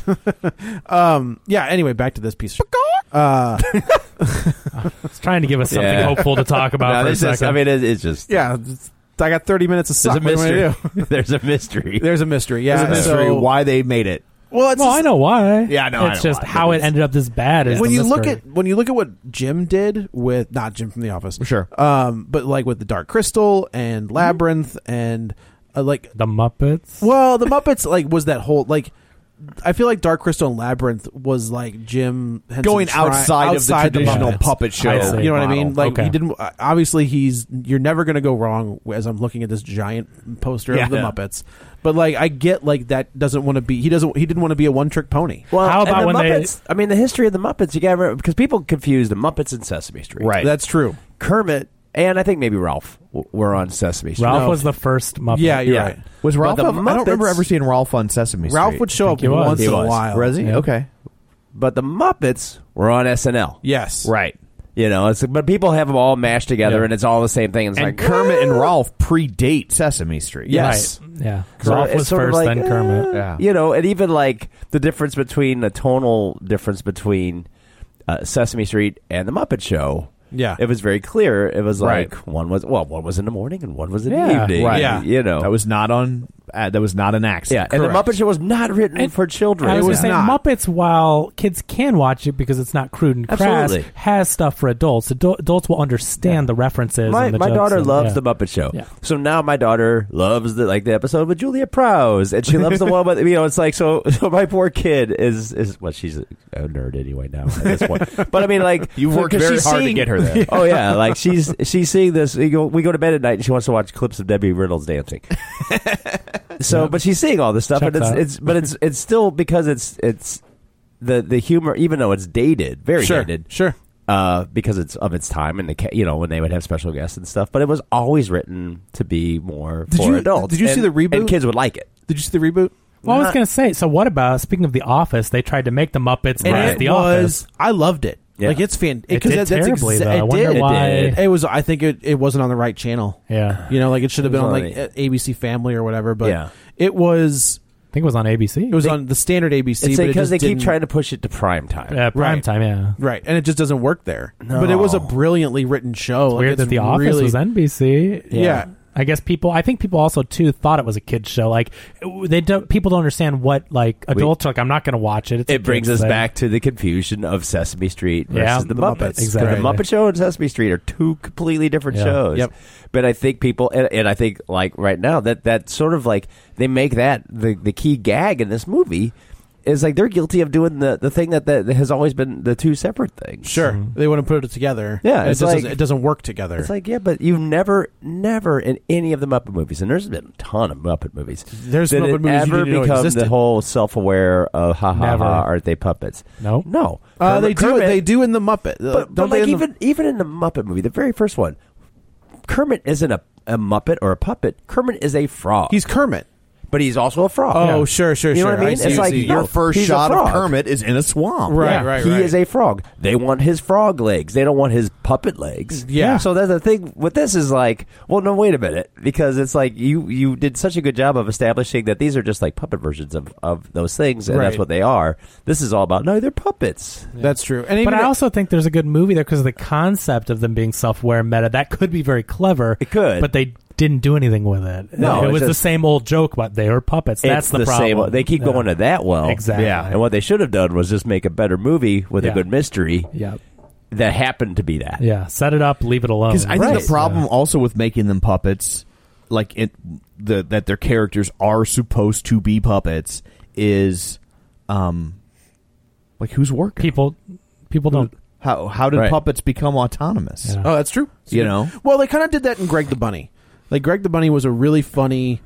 B: um, yeah. Anyway, back to this piece. of shit. Uh,
C: It's trying to give us something
A: Yeah.
C: hopeful to talk about
A: No,
C: for a
A: this
C: second.
A: is, I mean, it, it's just
B: yeah. it's- I got 30 minutes of
A: there's
B: suck.
A: a
B: What am I gonna
A: mystery.
B: do?
A: There's a mystery.
B: There's a mystery. Yeah.
E: It's a mystery
B: so-
E: why they made it.
B: Well, it's
C: well,
B: just-
C: Oh, I know why.
E: Yeah, no, I
C: It's
E: know
C: just
E: why,
C: how
E: but
C: it
E: it's-
C: ended up this bad. Is
B: when
C: the
B: you look
C: mystery.
B: at when you look at what Jim did with not Jim from the Office,
E: Sure.
B: um, but like with the Dark Crystal and Labyrinth and uh, like,
C: the Muppets,
B: well, the Muppets like was that whole like. I feel like Dark Crystal and Labyrinth was like Jim Henson
E: Going
B: try-
E: outside, of the traditional
C: Muppets.
E: puppet show.
C: I see.
B: you know what I
E: model.
B: mean? Like
C: Okay.
B: he didn't. uh, Obviously, he's you're never going to go wrong. As I'm looking at this giant poster
E: Yeah.
B: of the Muppets, but like I get like that doesn't want to be. He doesn't. He didn't want to be a one trick pony.
A: Well,
C: How
A: and
C: about
A: the
C: when they-
A: Muppets, I mean, the history of the Muppets. You got because people confuse the Muppets and Sesame Street.
E: Right.
B: That's true.
A: Kermit and I think maybe Ralph w- were on Sesame Street.
C: Ralph
B: No.
C: was the first Muppet.
B: Yeah, you're
A: Yeah.
B: right.
E: Was
A: But
E: Ralph?
A: the
E: on- I don't remember
A: Muppets-
E: ever seeing Ralph on Sesame Street.
B: Ralph would show up
C: he was.
B: once
A: He
B: in a
A: was.
B: while.
E: Was he?
C: Yeah.
E: Okay.
A: but the Muppets were on SNL.
B: Yes.
A: Right. You know, it's, but people have them all mashed together,
C: Yeah.
A: and it's all the same thing. It's
E: And
A: like
E: Kermit and Ralph predate Sesame Street.
B: Yeah. yes.
C: Right. Yeah.
A: So
C: Ralph
A: it's
C: was
A: sort of
C: first,
A: like,
C: then Kermit.
A: eh,
E: Yeah.
A: You know, and even like the difference between the tonal difference between uh, Sesame Street and the Muppet Show.
B: Yeah.
A: It was very clear. It was
E: Right.
A: like one was well, one was in the morning and one was in the
C: Yeah.
A: evening.
E: Right.
B: Yeah.
A: You know.
E: That was not on. Uh, that was not an accident.
A: yeah. And the Muppet Show was not written
C: And-
A: for children.
C: I was,
B: was
C: gonna say
B: not.
C: Muppets. While kids can watch it because it's not crude and crass,
A: Absolutely.
C: has stuff for adults. Adu- adults will understand the references.
A: my,
C: and the
A: my
C: jokes
A: daughter
C: and-
A: loves
C: yeah.
A: the Muppet Show.
C: Yeah.
A: So now my daughter loves the like the episode with Julia Prowse, and she loves the one with you know it's like so. So my poor kid is is well she's a nerd anyway now at this point. But I mean like
E: You've worked
A: 'cause
E: very
A: she's
E: hard to
A: seeing-
E: get her there.
A: Oh yeah, like she's she's seeing this. We go, we go to bed at night and she wants to watch clips of Debbie Reynolds dancing. so but she's seeing all this stuff, and
C: Checks
A: it's
C: out.
A: it's but it's it's still because it's it's. The, the humor, even though it's dated, very
B: Sure.
A: dated,
B: Sure.
A: uh, because it's of its time and the ca- you know when they would have special guests and stuff. But it was always written to be more
B: Did
A: for
B: you-
A: adults.
B: did you see
A: and-
B: the reboot?
A: And kids would like it.
B: Did you see the reboot?
C: Well, I was
A: Not-
C: gonna say. So, what about speaking of The Office? They tried to make the Muppets
B: And
C: as
B: it
C: The
B: was.
C: Office.
B: I loved it.
A: Yeah.
B: Like it's fan.
C: It
B: 'cause
C: did
B: that- that's
C: terribly,
B: exa-
C: though. I
B: it
C: wonder
B: did.
C: why-
B: It, did. It was. I think it, it wasn't on the right channel.
C: Yeah,
B: You know, like it should have been
A: was on
B: on like
A: the-
B: ABC Family or whatever. But
A: Yeah.
B: it was.
C: I think it was on ABC.
B: It was on the standard ABC.
A: It's
B: but it
A: because
B: just
A: they keep
B: didn't-
A: trying to push it to prime time.
C: yeah, Uh, prime
B: Right.
C: time. Yeah,
B: Right, and it just doesn't work there. But it was a brilliantly written show. Like,
C: weird that
B: it's
C: The Office
B: really-
C: was NBC.
B: Yeah. Yeah.
C: I guess people. I think people also too thought it was a kids show. Like they don't. People don't understand what like adults are like. I'm not going to watch it. It's a
A: It brings us
C: kids' thing."
A: back to the confusion of Sesame Street versus
C: Yeah,
A: the,
C: the
A: Muppets.
C: Muppets. Exactly.
A: The Muppet Show and Sesame Street are two completely different
C: Yeah.
A: shows.
B: Yep.
A: But I think people, and, and I think like right now that that sort of like they make that the the key gag in this movie is like they're guilty of doing the the thing that that has always been the two separate things.
B: Sure, they wouldn't put it together.
A: Mm-hmm. Yeah,
B: And it
A: it's
B: just
A: like-
B: doesn't, it doesn't work together.
A: It's like yeah, but you've never, never in any of the Muppet movies, and there's been a ton of Muppet movies.
B: There's
A: did
B: Muppet
A: it
B: movies you
A: ever
B: didn't know
A: become the
B: existed.
A: whole self-aware of ha ha
C: Never.
A: ha? Aren't they puppets?
C: Nope.
A: no.
B: uh,
A: Kermit-
B: they do.
A: Kermit-
B: They do in the Muppet. Uh,
A: but,
B: don't
A: but like
B: they in the-
A: even even in the Muppet movie, the very first one, Kermit isn't a, a Muppet or a puppet. Kermit is a frog.
B: he's Kermit.
A: but he's also a frog.
B: Oh, sure, sure,
A: You know
B: sure.
A: what I mean?
B: I see,
A: it's
B: I
A: like
B: see.
A: no,
E: Your first
A: he's a
E: shot of
A: frog.
E: Kermit is in a swamp.
B: Right,
A: Yeah,
B: right,
A: he
B: right.
A: is a frog. They want his frog legs. They don't want his puppet legs.
B: Yeah.
A: So that's the thing with this is like, well, no, wait a minute, because it's like you you did such a good job of establishing that these are just like puppet versions of of those things, and that's
B: Right.
A: what they are. This is all about no, they're puppets.
B: That's true. And
C: But
B: even
C: I also think there's a good movie there because the concept of them being self-aware and meta that could be very clever.
A: It could.
C: but they didn't do anything with it.
A: No,
C: it
A: it's
C: was the
A: just-
C: same old joke, but they are puppets. That's
A: It's
C: the, problem.
A: Same, they keep
C: Yeah.
A: going to that well,
C: Exactly.
A: Yeah. And what they should have done was just make a better movie with a
C: Yeah.
A: good mystery
C: Yeah,
A: that happened to be that.
C: yeah. Set it up, leave it alone.
E: Because I think
A: Right.
E: the problem also with making them puppets, like it, the that their characters are supposed to be puppets, is, um, like who's working?
C: people, people don't.
E: How how did
A: Right.
E: puppets become autonomous?
C: Yeah.
B: oh, that's true.
E: You know?
B: Well, they kind of did that in Greg the Bunny. Like Greg the Bunny was a really funny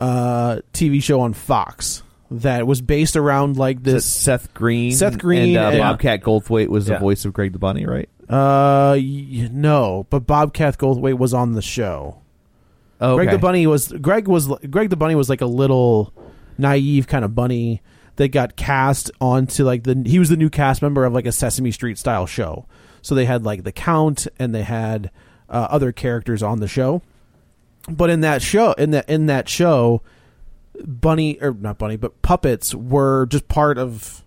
B: uh, TV show on Fox that was based around like
E: Is it
B: this.
E: Seth Green,
B: Seth Green
E: and, uh,
B: and-
E: Bobcat Goldthwait was
A: Yeah.
E: the voice of Greg the Bunny, right?
B: Uh, y- no, but Bobcat Goldthwait was on the show.
E: Oh,
B: Greg the Bunny was Greg was Greg the Bunny was like a little naive kind of bunny that got cast onto like the he was the new cast member of like a Sesame Street style show. So they had like the Count and they had uh, other characters on the show. But in that show in that in that show bunny or not bunny but puppets were just part of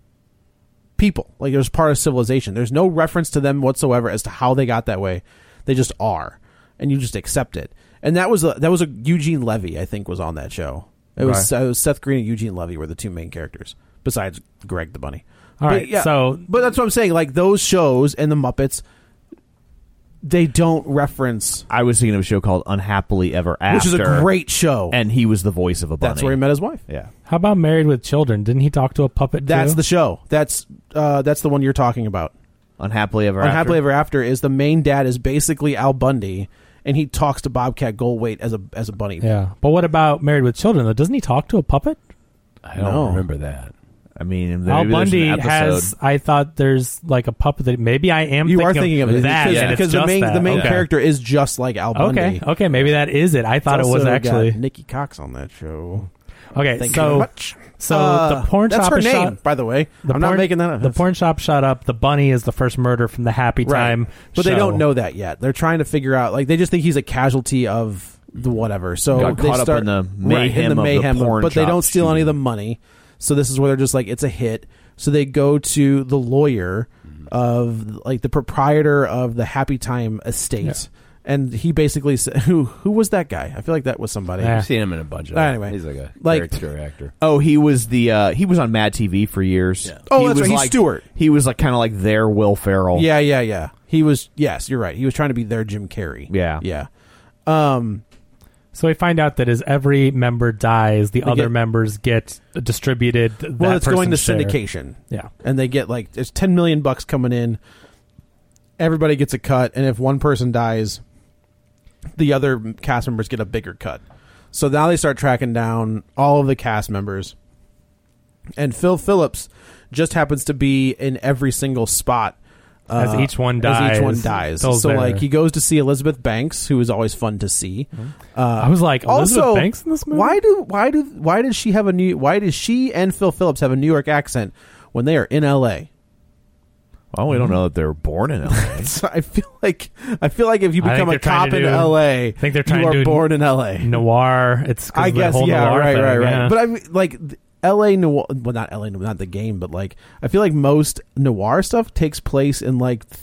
B: people. Like it was part of civilization. There's no reference to them whatsoever as to how they got that way. They just are, and you just accept it. And that was a, that was a Eugene Levy, I think, was on that show. It was, it was Seth Green and Eugene Levy were the two main characters, besides Greg the Bunny.
C: All
B: But
C: right, so-
B: but that's what I'm saying. Like those shows and the Muppets, they don't reference,
E: I was thinking of a show called Unhappily Ever After,
B: which is a great show.
E: and he was the voice of a bunny.
B: that's where he met his wife.
E: Yeah,
C: How about Married with Children? Didn't he talk to a puppet?
B: That's
C: too?
B: the show. That's uh, that's the one you're talking about.
E: Unhappily Ever
B: Unhappily
E: After.
B: Ever After is the main dad is basically Al Bundy, and he talks to Bobcat Goldthwait as a as a bunny.
C: yeah. But what about Married with Children? Though doesn't he talk to a puppet?
A: I don't
B: No.
A: remember that.
E: I mean,
C: Al
E: maybe there's an
C: Bundy
E: episode.
C: has. I thought there's like a puppet that maybe I am.
B: You
C: thinking
B: are thinking of, it
C: that
B: because,
C: and it's
B: because the
C: just
B: main
C: that.
B: the main
C: Okay.
B: character is just like Al Bundy.
C: Okay, okay, maybe that is it. I thought it
B: It's
C: was
B: also
C: actually
B: got Nikki Cox on that show.
C: okay.
B: Thank you
C: so
B: very much.
C: so
B: Uh,
C: the porn
B: that's
C: shop
B: her
C: is
B: name,
C: shot-
B: by the way.
C: The
B: I'm
C: porn,
B: not making that up.
C: The porn shop shot up. The bunny is the first murder from the Happy
B: Right.
C: Time,
B: but they
C: show.
B: don't know that yet. They're trying to figure out. Like they just think he's a casualty of the whatever. So
E: Got
B: they
E: caught up
B: start
E: in the
B: right, in
E: mayhem
B: the
E: of the
B: mayhem,
E: porn
B: but they
E: shop
B: don't steal any of the
E: shooting.
B: money. So this is where they're just like it's a hit. So they go to the lawyer of like the proprietor of the Happy Time estate. And he basically said, "Who who was that guy? I feel like that was somebody.
C: Yeah.
A: I've seen him in a bunch of.
B: Anyway,
A: he's like a
B: like-
A: character actor.
E: Oh, he was the uh, he was on Mad TV for years.
B: Oh,
E: he
B: that's
E: was
B: right, he's
E: like-
B: Stewart.
E: He was like kind of like their Will Ferrell.
B: Yeah, yeah, yeah. He was. Yes, you're right. He was trying to be their Jim Carrey.
E: Yeah.
B: yeah. Um,
C: So we find out that as every member dies, the other
B: get-
C: members get distributed. th-
B: well
C: that
B: it's going to
C: person's share.
B: syndication
C: Yeah.
B: and they get like there's 10 million bucks coming in everybody gets a cut and if one person dies the other cast members get a bigger cut so now they start tracking down all of the cast members and phil phillips just happens to be in every single spot uh,
C: As each one
B: As
C: dies,
B: each one dies.
C: tells
B: So
C: their-
B: like he goes to see Elizabeth Banks, who is always fun to see.
C: I was like, Mm-hmm. Elizabeth
B: Uh, also,
C: Banks in this movie?
B: why do why do why does she have a new? Why does she and Phil Phillips have a New York accent when they are in L.A.?
E: Well, we don't
B: Mm-hmm.
E: know that they were born in L.A.
B: So I feel like I feel like if you
C: I
B: become
C: think they're
B: a
C: trying
B: cop
C: to
B: in
C: do-
B: L.A.,
C: I think they're trying
B: you
C: to
B: are
C: do-
B: born in L.A.
C: noir? It's 'cause
B: I
C: of the
B: guess
C: whole
B: yeah,
C: noir
B: right,
C: thing,
B: right, right.
C: yeah.
B: But I mean, like th- L.A. noir, well, not L.A. noir, not the game, but like I feel like most noir stuff takes place in like th-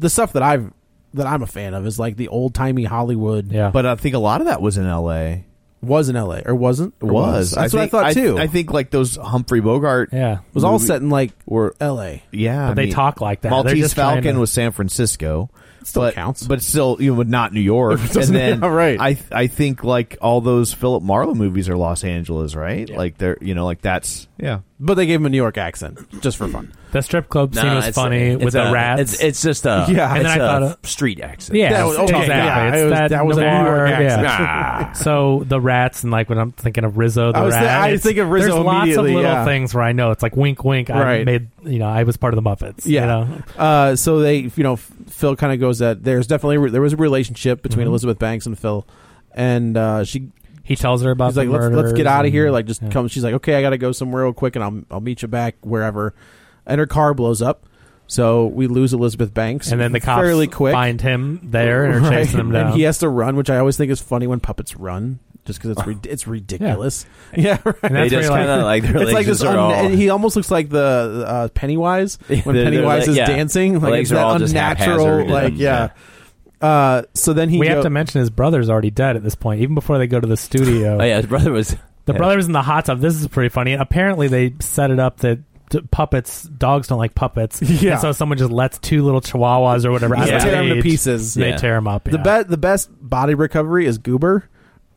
B: the stuff that I've that I'm a fan of is like the old timey Hollywood.
C: yeah,
E: But I think a lot of that was in L.A.
B: was in L.A. or wasn't? Or That's what
E: think-
B: I thought
E: th-
B: too.
E: I think like those Humphrey Bogart.
C: yeah,
B: it was all
E: movie-
B: set in like or L.A.
E: Yeah,
C: But they talk like that. They're
E: Maltese
C: just trying
E: Falcon
C: to-
E: was San Francisco.
B: Still
E: but,
B: counts.
E: but still, you know, not New York. and
B: doesn't-
E: then,
B: yeah, right.
E: I I think like all those Philip Marlowe movies are Los Angeles, right? Like they're you know like that's yeah.
B: But they gave him a New York accent just for fun.
C: the strip club scene was
A: Uh, it's-
C: funny
A: it's
C: with
A: a-
C: the rats.
A: It's, it's just a
B: Yeah.
A: It's
B: And
C: then I
A: a
C: thought of-
A: street accent.
C: yeah,
B: That was- okay,
C: exactly.
B: yeah,
C: it's
B: it was-
C: that,
B: that was a New
C: noir,
B: York accent.
C: yeah. so the rats and like when I'm thinking of Rizzo, the
B: I was
C: rat.
B: thi- I
C: it's-
B: think of Rizzo
C: There's lots of
B: immediately,
C: little
B: yeah.
C: things where I know it's like wink, wink. I
B: Right.
C: made you know I was part of the Muppets. you know?
B: Uh, so they, you know, Phil kind of goes that there's definitely there was a relationship between
C: Mm-hmm.
B: Elizabeth Banks and Phil, and uh, she
C: he tells her about
B: he's like
C: the
B: let's let's get
C: murders
B: out of here
C: and-
B: like just
C: yeah.
B: come. She's like okay I gotta go somewhere real quick and I'll I'll meet you back wherever, and her car blows up, so we lose Elizabeth Banks
C: and then the cops
B: fairly quick
C: find him there and are chasing him down.
B: and he has to run, which I always think is funny when puppets run. Just because it's rid- it's ridiculous, yeah. right.
C: And
A: They
C: that's where
A: just
C: you're like-
A: kind of like their
B: It's like
A: legs
B: this.
A: are all.
B: unna- and he almost looks like the uh, Pennywise when
A: They're- they're
B: Pennywise
A: like-
B: is
A: yeah.
B: dancing.
A: The
B: Like
A: legs
B: it's
A: are
B: that
A: all just haphazard
B: unnatural.
A: and-
B: Like yeah. Uh, so then he
C: we have
B: go-
C: to mention his brother's already dead at this point, even before they go to the studio.
A: oh yeah, his brother was
C: The
A: yeah.
C: brother was in the hot tub. This is pretty funny. Apparently, they set it up that t- puppets, dogs don't like puppets.
B: Yeah.
C: And so someone just lets two little chihuahuas or whatever out
B: Yeah.
C: of
B: Tear 'em to
C: cage,
B: pieces.
C: and They
A: Yeah.
C: tear him up.
B: the
C: yeah.
B: best the best body recovery is Goober.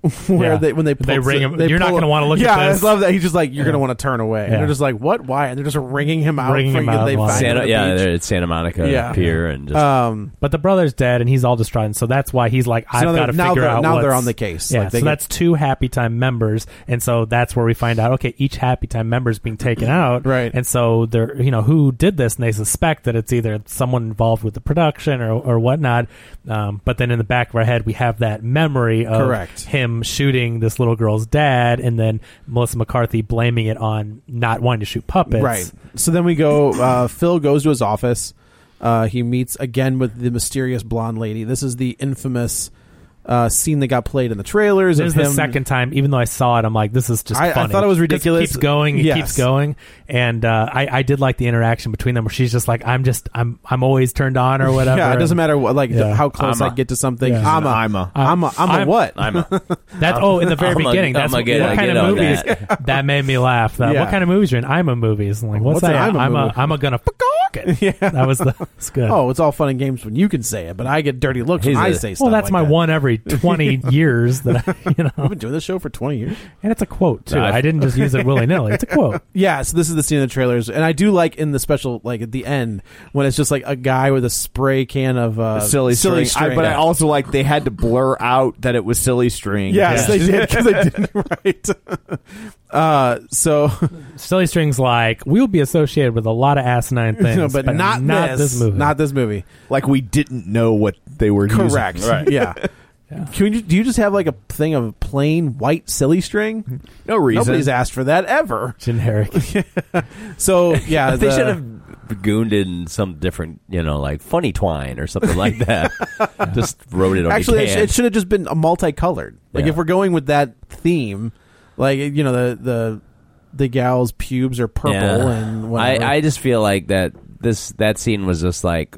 B: Where
C: Yeah.
B: they when they
C: They
B: pull-
C: ring him- you're not
B: pull-
C: gonna wanna look at
B: yeah,
C: this.
B: I love that. He's just like you're gonna want to turn away, and
C: Yeah.
B: they're just like what why, and they're just ringing him out.
C: Ringing him
B: freaking-
C: out
B: They
C: live.
B: find him
A: Santa.
B: at the
A: Yeah,
B: beach.
A: there- it's Santa Monica
B: Yeah.
A: Pier and just
B: Um,
C: But the brother's dead, and he's all distraught. And so that's why he's like, I've
B: now
C: got to
B: they're- now
C: figure
B: they're-
C: out.
B: now they're
C: what's-
B: on the case.
C: Yeah.
B: Like, they
C: so
B: get-
C: that's two Happy Time members, and so that's where we find out. Okay, each Happy Time member is being taken out.
B: Right.
C: And so they're you know who did this, and they suspect that it's either someone involved with the production or or whatnot. Um, but then in the back of our head, we have that memory of
B: Correct.
C: him shooting this little girl's dad, and then Melissa McCarthy blaming it on not wanting to shoot puppets.
B: Right. So then we go. Uh, Phil goes to his office. Uh, he meets again with the mysterious blonde lady. This is the infamous uh, scene that got played in the trailers.
C: This is
B: of
C: the
B: him-
C: second time, even though I saw it, I'm like, this is just
B: I- I
C: funny.
B: thought it was
C: Just
B: ridiculous.
C: keeps going, it
B: Yes.
C: keeps going. And uh, I, I did like the interaction between them where she's just like, I'm just, I'm I'm always turned on or whatever.
B: Yeah, it doesn't matter what, like
C: Yeah.
B: how close
A: I'm
B: I
A: a-
B: get to something.
C: Yeah.
B: I'm a, I'm a, I'm a, I'm
C: I'm-
B: a what?
A: I'm a,
C: That's, oh, in the very
A: I'm a-
C: beginning. that's
A: I'm a
C: what,
A: get-
C: what
A: I
C: kind
A: get
C: of
A: on
C: movies. That. made me laugh. That,
B: Yeah.
C: What kind of movies are in I'm a movies? I'm like, what's,
B: What's
C: that?
B: an I'm a
C: I'm a,
B: movie?
C: I'm a gonna. yeah. That was the, that's good.
B: oh, it's all fun and games when you can say it, but I get dirty looks when
A: He's
B: I
A: a-
B: say stuff.
C: well, that's
B: like
C: my
B: that.
C: one every 20 years that I, you know,
B: I've been doing this show for 20 years.
C: and it's a quote too.
A: No, I've-
C: I didn't just use it willy nilly. It's a quote.
B: Yeah, so this is the scene in the trailers, and I do like in the special, like at the end, when it's just like a guy with a spray can of uh,
E: silly,
B: silly
E: string. I- but I also like they had to blur out that it was silly string.
B: Yes, they did because they didn't right. uh, so
C: Silly String's like, we'll be associated with a lot of asinine things,
B: no, but, not
C: not this, movie.
B: Not this movie.
E: like we didn't know what they were using.
B: Correct. Yeah. Can you, do you just have like a thing of plain white silly string?
E: No reason.
B: Nobody's asked for that ever.
C: generic.
B: So yeah,
A: they
B: the-
A: should have gooned in some different, you know, like funny twine or something like that. just wrote it on
B: actually.
A: the
B: It,
A: can.
B: sh- it should have just been a multicolored. Like
A: Yeah.
B: if we're going with that theme, like you know the the the gal's pubes are purple
A: Yeah.
B: and whatever.
A: I, I just feel like that this that scene was just like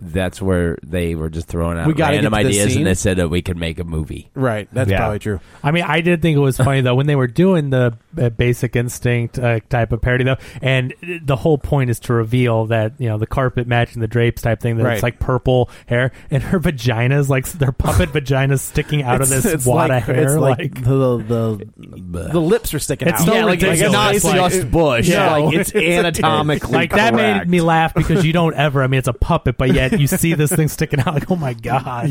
A: that's where they were just throwing out
B: We gotta
A: random
B: get to this
A: ideas
B: scene.
A: and they said that we could make a movie.
B: right, that's
C: Yeah.
B: probably true.
C: I mean, I did think it was funny though when they were doing the uh, Basic Instinct uh, type of parody though, and the whole point is to reveal that you know the carpet matching the drapes type thing that
B: Right.
C: it's like purple hair and her vagina is like their puppet vagina is sticking out of
B: It's-
C: this
B: it's
C: wad
B: like,
C: of hair.
B: It's
C: like,
B: like, the, the the lips are sticking
C: It's
B: out.
C: so Yeah, like, ridiculous. not It's like- just
B: bush.
C: Yeah.
E: Like it's anatomically
C: like that
E: correct.
C: made me laugh because you don't ever. I mean, it's a puppet, but yet you see this thing sticking out. Like, oh my god!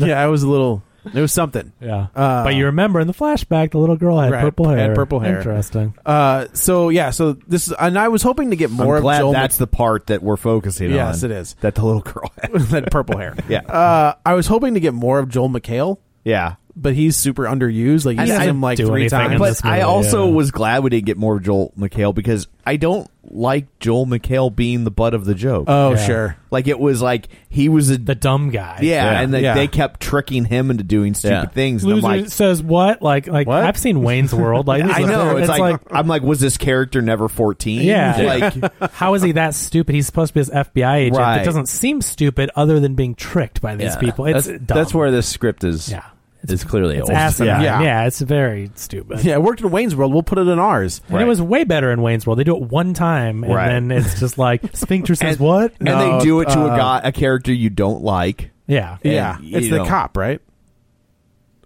B: yeah, I was a little. It was something.
C: Yeah.
B: Uh,
C: but you remember in the flashback, the little girl had
B: Right,
C: purple hair.
B: had purple hair.
C: Interesting.
B: Uh, so yeah, so this is, and I was hoping to get more
E: I'm
B: of
E: glad
B: Joel
E: that's the part that we're focusing
B: Yes,
E: on.
B: it is.
E: That the little girl had.
B: Mc- that purple hair.
E: Yeah.
B: Uh, I was hoping to get more of Joel McHale,
E: yeah.
B: but he's super underused. Like he's
E: I
B: him
E: didn't
B: like
C: do
B: three
C: anything in
B: times.
C: this
E: But I
C: movie,
E: also
C: yeah.
E: was glad we didn't get more of Joel McHale because I don't like Joel McHale being the butt of the joke.
B: oh
C: Yeah.
B: sure,
E: like it was like he was a
C: The dumb guy.
E: yeah, and like
B: Yeah.
E: they kept tricking him into doing stupid
A: Yeah.
E: things. And I'm
C: Loser
E: like,
C: says what? Like like
E: What?
C: I've seen Wayne's World. Like this
E: I
C: is a-
E: know. It's,
C: it's
E: like, I'm like, was this character never 14?
C: Yeah.
E: Like,
C: How is he that stupid? He's supposed to be his FBI agent.
E: Right.
C: It doesn't seem stupid other than being tricked by these
A: Yeah.
C: people. It's
A: that's,
C: dumb.
A: that's where this script is.
C: Yeah.
A: is clearly
C: it's
A: old.
C: asinine.
B: Yeah.
C: Yeah. it's very stupid.
B: yeah. It worked in Wayne's World. We'll put it in ours.
C: And it was way better in Wayne's World. They do it one time, and
E: Right.
C: then it's just like Sphincter says
E: And-
C: what?
E: And they do it to a guy, a character you don't like.
C: Yeah,
B: yeah,
E: you
B: it's the
E: know.
B: cop, right?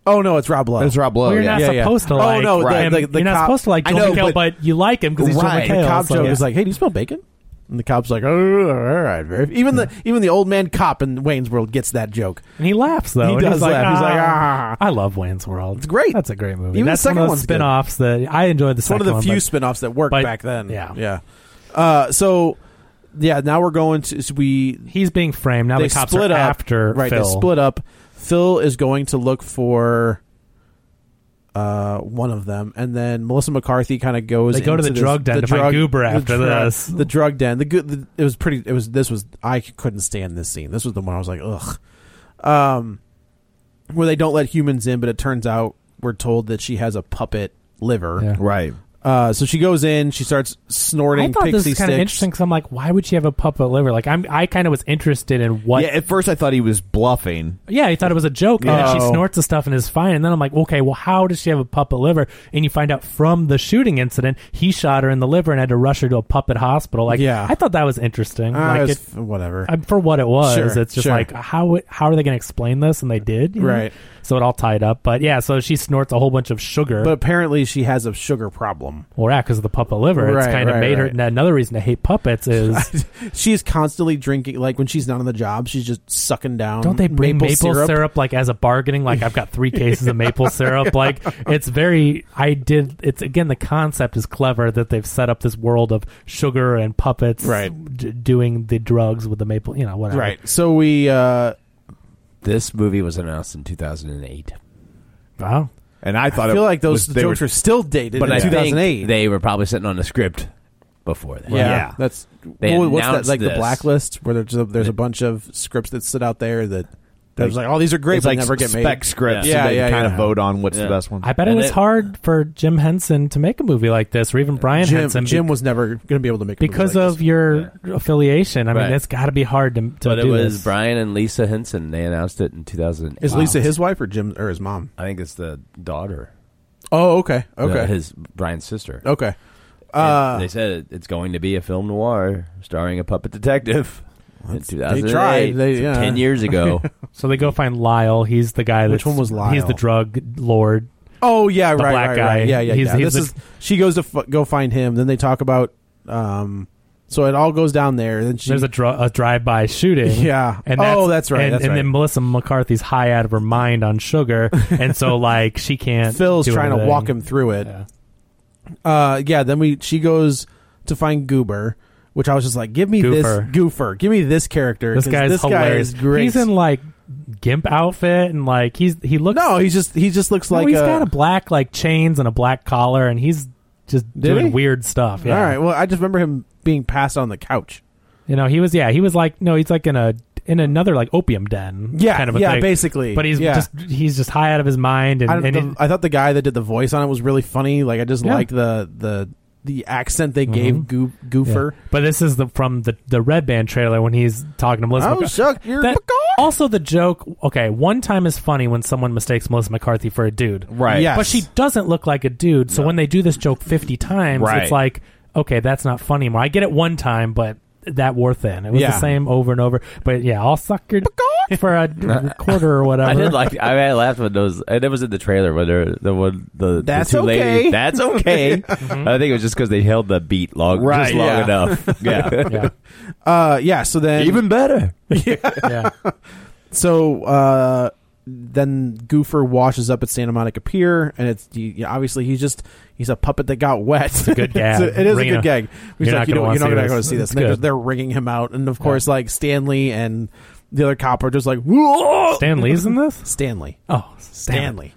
B: Oh no, it's Rob Lowe.
E: It's Rob Lowe.
C: Well, you're
E: yeah.
C: not
B: Yeah, yeah.
C: supposed
B: Oh,
C: to like.
B: no, the-
C: him.
B: the- the
C: you're not
B: cop-
C: supposed to like
E: I
C: Joel
E: know,
C: McHale,
E: but-
C: but, you like him because he's
E: Right.
C: Joel McHale.
E: The
B: the cop
C: so,
B: joke
C: yeah.
B: is like, "Hey, do you smell bacon?" And the cop's like, "Oh, "All right, very." Even the even the old man cop in Wayne's World gets that joke.
C: and he laughs though.
B: He
C: and
B: does
C: he's
B: laugh.
C: Like,
B: He's like, "Ah."
C: I love Wayne's World. It's
B: great.
C: That's a great movie.
B: Even the
C: That's
B: second
C: one of
B: one's
C: those
B: good.
C: spin-offs that I enjoyed. The
B: It's one
C: second
B: of the few
C: but-
B: spin-offs that worked
C: but-
B: back then.
C: yeah.
B: yeah. Uh, so yeah, now we're going to so we.
C: He's being framed now.
B: they
C: the cops
B: split
C: are
B: up
C: after
B: right.
C: Phil.
B: They split up. Phil is going to look for uh one of them, and then Melissa McCarthy kind of goes.
C: They go to
B: into
C: the
B: this-
C: drug den to find Goober after
B: the drug-
C: this.
B: The drug den. The, good. the it was pretty. It was this was I couldn't stand this scene. This was the one I was like ugh, um, where they don't let humans in, but it turns out we're told that she has a puppet liver.
C: Yeah.
E: Right.
B: Uh, so she goes in, she starts
C: I
B: snorting
C: thought
B: pixie
C: this was kind
B: sticks.
C: of interesting because I'm like, why would she have a puppet liver? Like, I'm I kind of was interested in what.
E: Yeah, at first I thought he was bluffing.
C: Yeah, he thought it was a joke, and then she
B: Oh.
C: snorts the stuff and is fine. And then I'm like, okay, well, how does she have a puppet liver? And you find out from the shooting incident, he shot her in the liver and had to rush her to a puppet hospital. Like,
B: Yeah.
C: I thought that was interesting.
B: Ah,
C: like,
B: it's-
C: it,
B: whatever.
C: um, for what it was,
B: Sure,
C: it's just
B: sure.
C: like how it- how are they going to explain this? And they did, you know?
B: Right.
C: So it all tied up. But yeah, so she snorts a whole bunch of sugar.
B: but apparently she has a sugar problem.
C: well, yeah, because of the puppet liver, it's
B: Right,
C: kind of
B: right,
C: made her.
B: right.
C: and Another reason to hate puppets is
B: She's constantly drinking. Like when she's not on the job, she's just sucking down.
C: Don't they bring maple, syrup? like as a bargaining? Like I've got three cases of maple syrup. Like it's very. I did. It's again the concept is clever that they've set up this world of sugar and puppets,
B: Right.
C: D- doing the drugs with the maple. You know whatever.
B: Right. So we. Uh,
A: This movie was announced in 2008.
C: Wow.
E: And I thought
B: I feel
E: it
B: like those
E: was- they
B: jokes
E: were-
B: are still dated
A: But
B: in
A: I think
B: 2008.
A: they were probably sitting on a script before that.
B: yeah, that's
A: They
B: what- what's that
A: announced
B: like the
A: this.
B: blacklist where there's a, there's a bunch of scripts that sit out there that that was like oh these are great
E: it's
B: but
E: like
B: never get made.
E: spec scripts.
B: Yeah,
E: Yeah,
B: yeah,
E: kind
B: yeah.
E: of vote on what's
A: Yeah.
E: the best one.
C: I bet
A: And
C: it was
A: it-
C: hard for Jim Henson to make a movie like this, or even Brian
B: Jim,
C: Henson,
B: Jim was never going to be able to make a movie
C: because
B: like
C: of
B: this.
C: your affiliation. I mean,
A: Right.
C: that's got to be hard to, to
A: But it
C: do
A: was
C: this.
A: Brian and Lisa Henson. They announced it in 2008.
B: is Lisa his wife or Jim or his mom?
A: I think it's the daughter.
B: Oh, okay, okay,
A: Uh, his Brian's sister.
B: okay.
A: And
B: Uh,
A: they said it, it's going to be a film noir starring a puppet detective. In 2008,
B: tried. They-
A: So
B: yeah.
A: ten years ago.
C: So they go find Lyle. He's the guy.
B: Which
C: that's-
B: one was Lyle?
C: He's the drug lord.
B: Oh yeah,
C: The
B: right,
C: black
B: right,
C: guy.
B: right. Yeah, yeah,
C: He's-
B: yeah.
C: he's
B: this
C: the-
B: is she goes to f- go find him. Then they talk about. um So it all goes down there. Then she
C: There's a, dr- a drive-by shooting.
B: Yeah.
C: And
B: Oh,
C: that's,
B: that's right,
C: And,
B: that's
C: and
B: right.
C: then Melissa McCarthy's high out of her mind on sugar, and so like she can't.
B: Phil's
C: do
B: trying to
C: anything.
B: walk him through it.
C: Yeah.
B: Uh, yeah. Then we she goes to find Goober, which I was just like, give me
C: Goofer.
B: this Goofer, give me this character.
C: This
B: 'cause
C: guy's
B: this guy
C: hilarious.
B: is great.
C: He's in like gimp outfit, and like he's he looks.
B: no, he's just he just looks
C: no,
B: like
C: he's
B: a,
C: got a black like chains and a black collar, and he's just doing
B: he?
C: weird stuff. Yeah.
B: All right. Well, I just remember him being passed on the couch.
C: You know, he was yeah, he was like no, he's like in a in another like opium den.
B: Yeah,
C: kind of a
B: yeah,
C: thing.
B: basically,
C: But he's
B: yeah.
C: just he's just high out of his mind, and,
B: I,
C: and
B: the-
C: it-
B: I thought the guy that did the voice on it was really funny. Like I just
C: Yeah. Mm-hmm.
B: liked the the the accent they gave Goo- Goofer.
C: Yeah. But this is the from the the Red Band trailer when he's talking to Melissa.
B: Oh,
C: McCar-
B: suck your
C: That-
B: pecan.
C: also, the joke. Okay, one time is funny when someone mistakes Melissa McCarthy for a dude,
E: right.
B: Yes.
C: But she doesn't look like a dude. So when they do this joke fifty times,
E: Right.
C: it's like, okay, that's not funny anymore. I get it one time, but that wore thin. It was
B: Yeah.
C: the same over and over. But yeah, I'll suck your d- for a d- quarter or whatever.
A: I did like. I, I laughed when those. And it was in the trailer when there- the one the the
B: That's
A: two
B: okay.
A: ladies. That's okay. I think it was just because they held the beat long,
E: Right,
A: just long
B: yeah.
A: enough. yeah,
C: Yeah,
B: Uh, yeah. So then
A: even better.
C: yeah.
B: so uh, then Goofer washes up at Santa Monica Pier, and it's you, you- obviously he's just he's a puppet that got wet. It's a
C: good
B: It's
C: gag.
B: a, it is
C: Ring
B: a
C: a-
B: good gag. He's
C: you're
B: like,
C: not
B: you
C: gonna
B: know,
C: wanna
B: you're not
C: see
B: going to
C: this.
B: go see this.
C: It's
B: And they're,
C: good.
B: just- they're ringing him out, and of course, like Stanley and the other cop are just like, Whoa!
C: Stan Lee's in this?
B: Stanley,
C: Oh,
B: Stanley.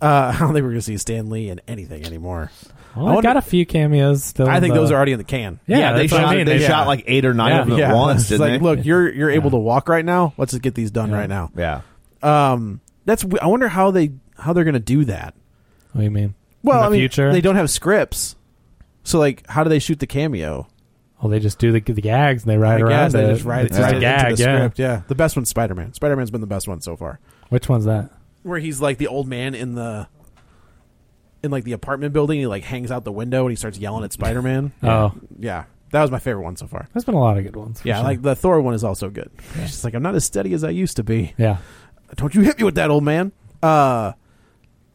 B: Uh, I don't think we're going to see Stanley in anything anymore.
C: Well,
B: I
C: I
B: wonder-
C: got a few cameos still.
B: I
C: in
B: think
C: the-
B: those are already in the can.
C: Oh, Yeah,
E: they
C: that's what I
E: shot.
C: mean.
E: They
C: They-
E: shot like eight or nine
C: Yeah.
E: of them
B: Yeah,
E: at once.
B: it's
E: Didn't
B: like,
E: they?
B: look, you're you're able to walk right now. Let's just get these done right now.
E: yeah.
B: Um, that's I wonder how they how they're going to do that.
C: What do you mean?
B: Well,
C: in the
B: I mean,
C: future?
B: they don't have scripts, so like, how do they shoot the cameo?
C: Well, they just do the, the gags and they
B: I
C: ride around.
B: guess they
C: it.
B: just write
C: It's
B: it right
C: just a
B: into
C: gag.
B: the
C: yeah.
B: script. Yeah, the best one's Spider Man. Spider Man's been the best one so far,
C: Which one's that?
B: where he's like the old man in the in like the apartment building. He like hangs out the window and he starts yelling at Spider Man.
C: Oh,
B: yeah, that was my favorite one so far.
C: there's been a lot of good ones. for
B: Yeah,
C: sure.
B: like the Thor one is also good. It's just like I'm not as steady as I used to be.
C: yeah.
B: don't you hit me with that old man uh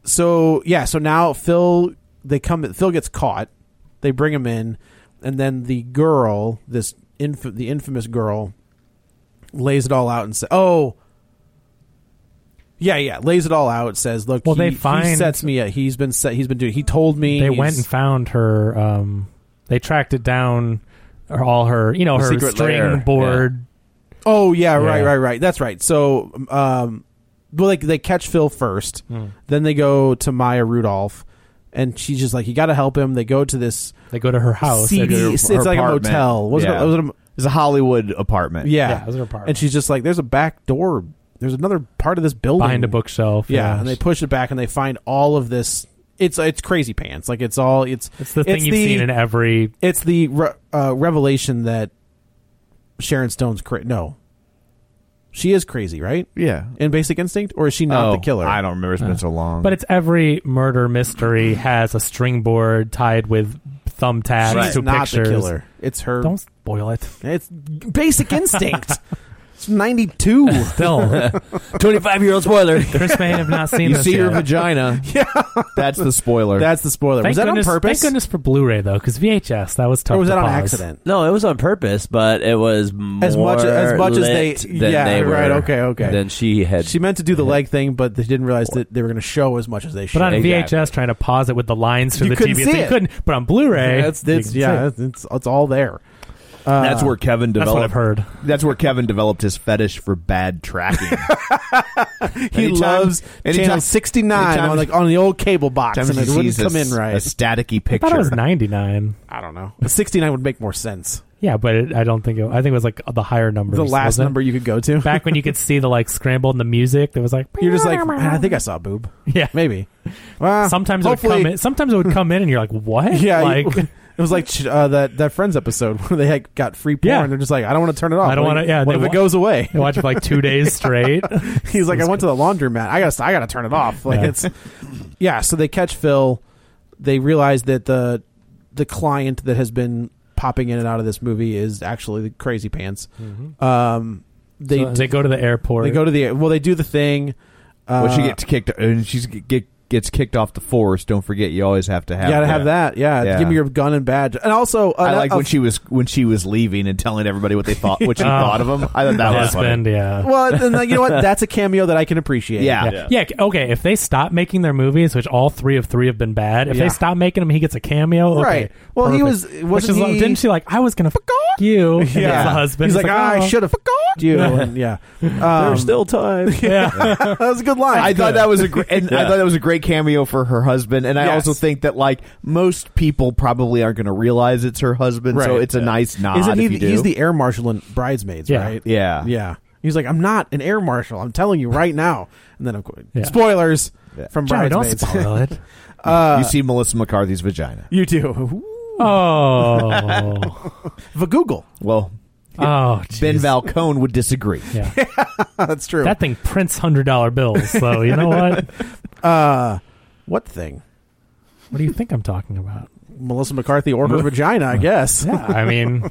B: so yeah so now phil they come phil gets caught they bring him in and then the girl this inf- the infamous girl lays it all out and says oh yeah yeah lays it all out says look
C: Well,
B: he,
C: they
B: he
C: find-
B: sets me up he's been set he's been doing he told me
C: They
B: he's-
C: went and found her. Um, they tracked it down. Or all her, you know,
E: The
C: her
E: secret
C: string
E: lair,
C: board.
B: Oh yeah, right,
C: Yeah.
B: right, right. That's right. So, um, well, like they catch Phil first,
C: Hmm.
B: then they go to Maya Rudolph, and she's just like, "You got to help him." They go to this
C: They go to her house.
B: seedy.
E: her-
B: it's
E: her
B: it's like a
E: apartment.
B: motel. Was
E: Yeah.
B: it? Was it a,
E: It's a Hollywood apartment.
B: yeah.
C: Yeah, it was her apartment.
B: And she's just like, "There's a back door. There's another part of this building
C: behind a bookshelf.
B: Yeah, and they push it back, and they find all of this. It's it's crazy pants. Like it's all it's
C: it's the thing you've
B: the-
C: seen in every.
B: it's the re- uh, revelation that Sharon Stone's cra- no, she is crazy, right?
E: Yeah.
B: in Basic Instinct, or is she not
E: Oh,
B: the killer?
E: I don't remember. It's been so long.
C: But it's every murder mystery has a string board tied with thumbtacks
B: She's
C: to
B: not
C: pictures.
B: the killer. It's her.
C: Don't spoil it.
B: It's Basic Instinct. it's ninety two.
C: Still,
A: Twenty-five year old spoiler.
C: Chris may have not seen
E: you
C: this
E: see her
C: yet.
E: vagina. yeah. That's the spoiler.
B: That's the spoiler.
C: Thank
B: was that
C: goodness,
B: on purpose?
C: Thank goodness for Blu-ray though, because VHS that was tough.
B: or was
C: to
B: that on
C: pause.
B: accident?
A: No, it was on purpose, but it was more
B: As much- as much as they-
A: lit than
B: yeah,
A: they were-
B: right, okay, okay.
A: Than she had.
B: She meant to do the leg thing, but they didn't realize that they were going to show as much as they should.
C: But on
A: Exactly.
C: VHS, trying to pause it with the lines through
B: You
C: the
B: couldn't
C: TV,
B: see
C: you
B: it.
C: couldn't. But on Blu-ray,
B: it's, it's,
C: you can see
B: yeah,
C: it.
B: it's, it's it's all there. Uh,
E: that's where Kevin
C: that's what
E: developed.
C: I've heard.
E: That's where Kevin developed his fetish for bad tracking.
B: He
E: Anytime-
B: loves channel
E: anytime-
B: sixty nine
E: anytime-
B: on like on the old cable box,
E: Sometimes
B: and it
E: he
B: wouldn't
E: sees a
B: come in
E: s- A
B: right.
E: staticky
C: I thought it
E: picture.
C: was ninety-nine.
B: I don't know. Sixty nine would make more sense.
C: Yeah, but it, I don't think it. I think it was like the higher numbers.
B: The last
C: wasn't it?
B: number you could go to.
C: Back when you could see the like scramble and the music, there was like
B: You're just like, "Man, I think I saw a boob.
C: yeah.
B: Maybe. Well,
C: Sometimes it would
B: hopefully-
C: come in. Sometimes it would come in, and you're like, what?
B: Yeah,
C: like
B: you- it was like uh, that that Friends episode where they like, got free porn.
C: Yeah.
B: They're just like, I don't want to turn it off.
C: I don't
B: What
C: wanna-
B: if-
C: yeah,
B: What
C: they
B: if it
C: wa-
B: goes away?
C: you watch it for like two days straight.
B: He's like, I went to the laundromat. I gotta I gotta turn it off. Like
C: Yeah.
B: it's yeah. So they catch Phil. They realize that the the client that has been popping in and out of this movie is actually the Crazy Pants.
C: Mm-hmm.
B: Um, they
C: They, they go to the airport.
B: they go to the well. They do the thing. Uh,
E: Well, she gets kicked, and she's get gets kicked off the force. Don't forget, you always have to have.
B: Uh, you gotta have that. Yeah.
E: Yeah.
B: give me your gun and badge. And also,
E: I
B: uh,
E: like
B: uh,
E: when she was when she was leaving and telling everybody what they thought, what she thought of him. I thought that was funny.
C: husband. Yeah.
B: Well, and then, you know what? That's a cameo that I can appreciate.
E: Yeah.
C: Yeah. yeah. Okay. If they stop making their movies, which all three of three have been bad, if
B: Yeah.
C: they stop making them, he gets a cameo. Okay,
B: Right. Well, he was-
C: Which
B: wasn't
C: is, like-
B: he-
C: Didn't she like? I was gonna fuck you. And
B: Yeah.
C: it's the husband. "Oh."
B: He's
C: It's
B: like, "Ah, I should have fucked you. And, yeah. Um,
A: There's still time.
C: Yeah.
B: that was a good line.
E: I thought that was a great, and I thought that was a great cameo for her husband, and I
B: Yes.
E: also think that like most people probably aren't going to realize it's her husband, so
B: Right.
E: it's a nice nod.
B: Isn't he?
E: if you do.
B: He's the air marshal in Bridesmaids,
C: Yeah.
B: right?
E: Yeah.
B: Yeah. He's like, I'm not an air marshal. I'm telling you right now. And then, of course,
C: Yeah.
B: spoilers
E: Yeah.
B: from
C: Johnny, don't
B: Bridesmaids.
C: spoil it.
B: uh,
E: you see Melissa McCarthy's vagina.
B: you do.
C: Oh.
B: Vagoogle.
E: Well,
C: Oh. Geez.
E: Ben Valcone would disagree.
C: Yeah.
B: That's true.
C: That thing prints hundred dollar bills. So you know what?
B: what thing?
C: What do you think I'm talking about?
B: Melissa McCarthy or her vagina, I guess.
C: Yeah. I mean,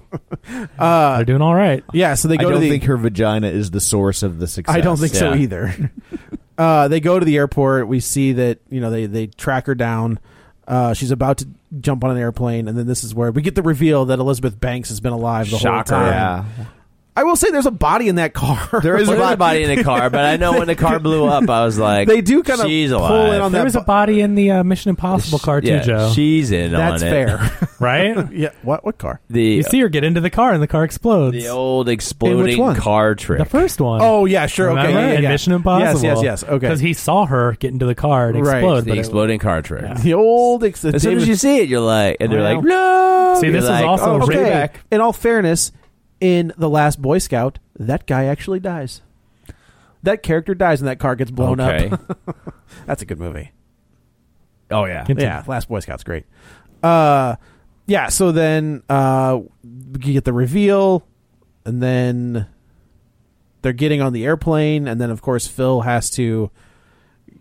B: Uh,
C: they're doing all right.
B: Yeah, so they
E: I
B: go
E: don't
B: to the.
E: think her vagina is the source of the success.
B: I don't think so
E: Yeah.
B: either. uh, they go to the airport. We see that you know they they track her down. Uh, she's about to jump on an airplane, and then this is where we get the reveal that Elizabeth Banks has been alive the
E: Shocker.
B: whole time.
E: Yeah.
B: I will say there's a body in that car.
A: There is a body- body in the car, but I know when the car blew up, I was like,
B: They do kinda
A: she's
B: pull
A: alive.
B: in on
C: There
B: that
C: was a
B: bu-
C: body in the uh, Mission Impossible car too,
A: yeah,
C: Joe.
A: She's in
B: That's
A: on it.
B: fair.
C: right?
B: yeah. What? What car?
A: The
C: You see her get into the car and the car explodes.
A: the old exploding
B: one?
A: car trick.
C: The first one.
B: Oh yeah, sure. Okay.
C: Remember?
B: Yeah, yeah,
C: In
B: yeah.
C: Mission Impossible.
B: Yes, yes, yes. Okay.
C: Because he saw her get into the car and
B: Right.
C: explode.
A: the
C: but it-
A: exploding car trick.
B: the old. Ex-
A: As soon as
B: David- Oh,
A: you see it, you're like, and they're
C: Well.
A: like, no.
C: See,
A: You're
C: this is
A: like,
C: also
A: oh,
C: a
B: okay.
C: remake.
B: In all fairness, in the last Boy Scout, that guy actually dies. That character dies and that car gets blown
A: okay.
B: up. That's a good movie.
A: oh yeah.
B: Yeah, Last Boy Scout's great. Uh, yeah. So then uh, you get the reveal, and then they're getting on the airplane, and then of course Phil has to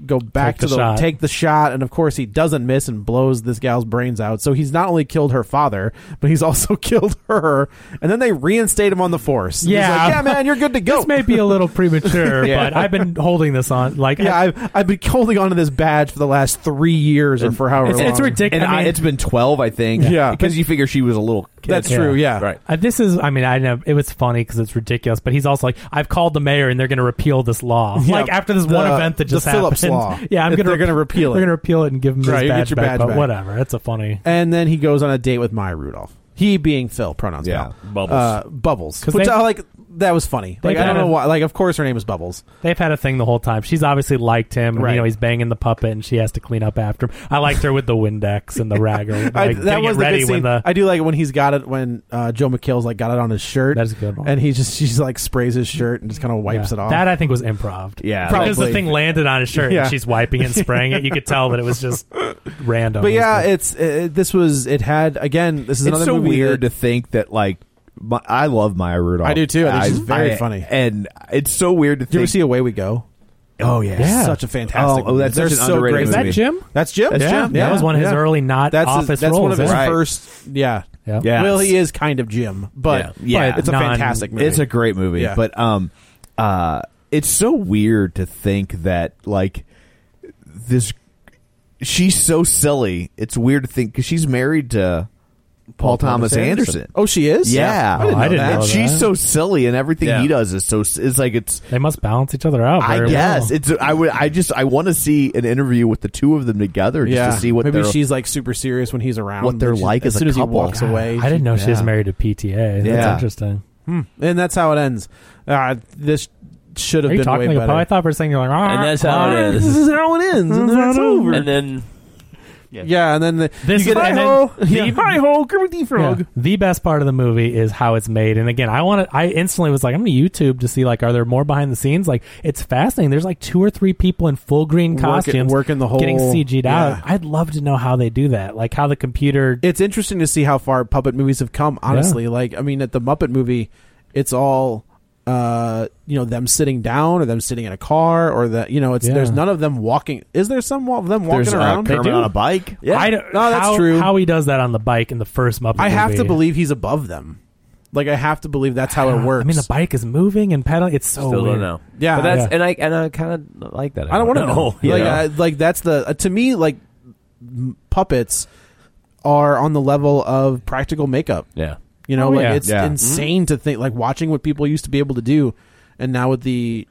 B: go back
C: Take
B: to
C: the
B: the
C: shot.
B: take the shot, and of course he doesn't miss and blows this gal's brains out. So he's not only killed her father, but he's also killed her, and then they reinstate him on the force. And he's
C: Yeah.
B: like, yeah, man, you're good to go.
C: This may be a little premature,
A: Yeah.
C: but I've been holding this on. Like,
B: yeah, I've, I've been holding on to this badge for the last three years, or for however
C: It's-
B: long.
C: it's ridiculous.
E: And
C: I
E: I
C: mean-
E: it's been 12, I think.
B: Yeah.
E: Because you figure she was a little kid.
B: That's
C: Yeah.
B: true. Yeah.
E: Right.
C: Uh, this is, I mean, I know it was funny because it's ridiculous, but he's also like, I've called the mayor and they're going to repeal this law.
B: Yeah,
C: like after this
B: the-
C: one event that
B: the
C: just
B: Phillips
C: happened.
B: law.
C: Yeah, I'm
B: If
C: gonna
B: they're gonna repeal it.
C: They're going to repeal it and give him his
B: Right, you get
C: badge
B: your
C: back,
B: badge
C: but
B: back.
C: whatever. That's a funny
B: and then he goes on a date with Maya Rudolph. He being Phil, pronouns
E: Yeah,
B: pal.
E: Bubbles.
B: uh, Bubbles.
C: 'Cause
B: Which
C: they-
B: I like. That was funny. Like
C: They've
B: I don't
C: had
B: know
C: a-
B: why. Like of course her name is Bubbles.
C: They've had a thing the whole time. She's obviously liked him, and
B: Right.
C: you know he's banging the puppet, and she has to clean up after him. I liked her with the Windex and the rag, or like
B: I,
C: getting it
B: the
C: ready
B: good
C: when
B: scene.
C: the
B: I do like it when he's got it when uh, Joe McHale's like got it on his shirt.
C: That's a good one.
B: And he just she's like sprays his shirt and just kind of wipes
C: Yeah.
B: it off.
C: That I think was improv.
E: Yeah,
C: because the
B: probably.
C: thing landed on his shirt,
B: Yeah.
C: and she's wiping and spraying it. You could tell that it was just random.
B: but
C: It was
B: yeah,
C: good.
B: it's uh, this was it had again. This is
E: It's
B: another
E: so
B: movie
E: weird
B: that-
E: to think that, like, my, I love Maya Rudolph.
B: I do, too. I think she's very funny.
E: And it's so weird to
B: Did you ever
E: think.
B: see Away We Go?
E: oh, yeah.
C: Yeah.
B: Such a fantastic.
E: Oh, oh, that's
B: movie.
E: such
B: They're
E: an
B: so
E: underrated
B: great.
C: is
E: movie.
C: that Jim?
B: That's Jim.
E: That's
C: Yeah,
E: Jim.
C: that was one of his
B: Yeah.
C: early not
B: that's his-
C: office
B: that's
C: roles.
B: one of his
C: right?
E: Right.
B: first. Yeah,
C: Yeah.
E: Yeah.
B: Well, he is kind of Jim, but
E: Yeah.
B: but it's a
C: Non-
B: fantastic movie.
E: It's a great movie,
B: Yeah.
E: but um, uh, it's so weird to think that like this. She's so silly. It's weird to think because she's married to Paul, Thomas, Anderson.
B: oh, she is.
E: Yeah,
C: I didn't Oh, I know didn't that. know
E: And
C: that.
E: she's so silly, and everything
A: Yeah.
E: he does is so. It's like it's.
C: They must balance each other out.
E: I
C: Very
E: guess
C: well.
E: it's. I would. I just. I want to see an interview with the two of them together just
B: yeah.
E: to see what
B: Maybe
E: they're.
B: she's like super serious when he's around.
E: what they're
B: but she-
E: like
B: as
E: as a
B: soon as he
E: couple.
B: walks
E: God,
B: away,
C: I didn't know she was
E: Yeah.
C: married to PTA. That's
E: Yeah.
C: interesting.
B: and that's how it ends. Uh, this should have
C: Are you
B: been way
C: talking like a
B: better.
C: po- I thought for a second you're like,
A: And that's how it
C: "Ah,
A: is.
B: this is how it ends, and then it's over.
A: And then
B: yeah, and then the,
C: This
B: you get
C: is- and then
B: hi-ho,
C: the-
B: yeah, hi-ho, Kermit the Frog.
C: Yeah. The best part of the movie is how it's made. And again, I want to. I instantly was like, I'm going to YouTube to see like, are there more behind the scenes? Like, it's fascinating. There's like two or three people in full green
B: Working-
C: costumes
B: working the whole-
C: getting CG'd
B: yeah.
C: out. I'd love to know how they do that. Like how the computer.
B: It's interesting to see how far puppet movies have come. Honestly, like I mean, at the Muppet movie, it's all uh you know them sitting down or them sitting in a car or that you know it's
C: Yeah.
B: there's none of them walking is there some of them walking
E: there's uh,
B: around
E: Kermit on a bike.
B: Yeah.
C: I don't,
B: No, Oh, that's
C: how-
B: true.
C: How he does that on the bike in the first Muppet.
B: I have to
C: movie.
B: believe he's above them. Like I have to believe that's how it works.
C: I mean, the bike is moving and pedaling. It's so
A: still
C: weird.
A: don't know.
B: Oh, Yeah.
A: but that's
C: Yeah.
A: and I and I kind of like that.
B: I don't want to know.
A: Yeah.
B: Like, I, like that's the uh, to me like m- puppets are on the level of practical makeup.
A: yeah.
B: You know,
C: Oh,
B: like
C: yeah.
B: it's
E: Yeah.
B: insane to think like watching what people used to be able to do, and now with the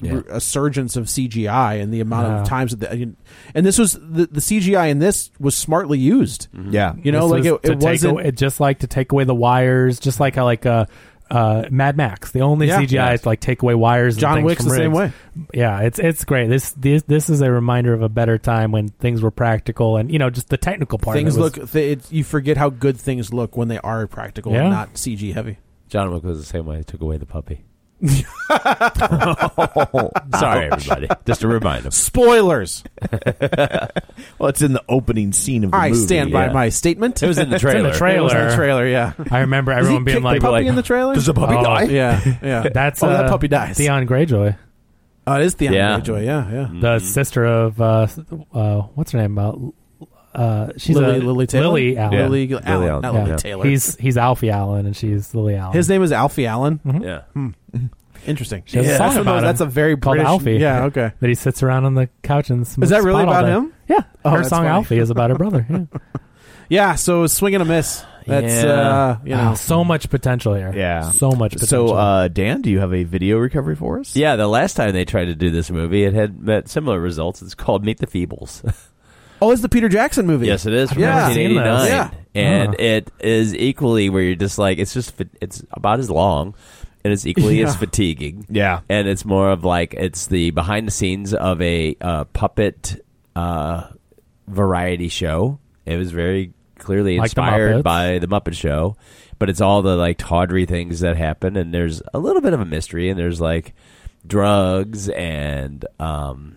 A: Yeah.
B: r- resurgence of CGI and the amount
C: Yeah.
B: of times that the, and this was the, the CGI in this was smartly used.
E: Yeah.
B: You know,
C: This
B: like
C: was
B: it,
C: to
B: it
C: take
B: wasn't.
C: away- just like to take away the wires, just like how like uh, uh, Mad Max. The only
B: Yeah.
C: CGI is to, like take away wires. and
B: John
C: things
B: Wick's
C: from
B: the same
C: rigs. Yeah, it's it's great. This this this is a reminder of a better time when things were practical and you know just the technical part. of
B: things
C: it was-
B: look. Th- it, you forget how good things look when they are practical,
C: Yeah.
B: and not CG heavy.
A: John Wick was the same way. He took away the puppy. Sorry, everybody. Just to remind him.
B: Spoilers.
E: Well, it's in the opening scene of the
B: I
E: movie.
B: stand by
A: yeah.
B: my statement.
A: It was in the trailer.
C: in the trailer.
B: It was in the trailer. Yeah.
C: I remember
B: Does he
C: everyone being
B: kick
C: like,
B: the puppy
C: like,
B: in the trailer?
E: Does the puppy
C: Oh.
E: die?
B: Yeah, yeah.
C: "That's
B: oh,
C: uh,
B: that puppy dies.
C: Theon Greyjoy,
B: oh, it is Theon
A: Yeah.
B: Greyjoy. Yeah, yeah.
C: the sister of uh, uh, what's her name? Uh, uh, she's
B: Lily,
C: a,
B: Lily Taylor.
C: Lily Allen.
A: Yeah.
B: Lily
A: Lily
B: Allen.
A: Allen,
B: Not
A: yeah.
B: Lily
A: Yeah.
B: Taylor.
C: He's he's Alfie Allen and she's Lily Allen.
B: His name is Alfie Allen.
A: Yeah.
B: Mm-hmm. Interesting.
C: Mm-hmm. She has a song
B: that's, one of
C: about
B: those-
C: him
B: that's a very
C: called
B: British,
C: Alfie.
B: Yeah. Okay.
C: that he sits around on the couch and
B: Is
C: smokes
B: that really
C: pot all
B: about
C: day.
B: him?
C: Yeah,
B: Oh,
C: her
B: that's
C: song
B: funny.
C: Alfie is about her brother. Yeah.
B: Yeah. So swing and a miss. That's
A: Yeah.
B: uh, you know,
C: Wow, so much potential here.
E: Yeah.
C: so much potential.
E: So, uh, Dan, do you have a video recovery for us?
A: Yeah, the last time they tried to do this movie, it had met similar results. It's called Meet the Feebles.
B: oh, it's the Peter Jackson movie.
A: yes, it is from
B: Yeah.
A: 1989,
B: Yeah. Uh-huh.
A: and
C: Huh.
A: it is equally where you're just like it's just fa- it's about as long, and it's equally as
B: Yeah.
A: fatiguing.
E: Yeah.
A: and it's more of like it's the behind the scenes of a uh, puppet uh, variety show. It was very clearly
C: Like the
A: inspired
C: Muppets.
A: by the Muppet Show, but it's all the like tawdry things that happen, and there's a little bit of a mystery, and there's like drugs and um,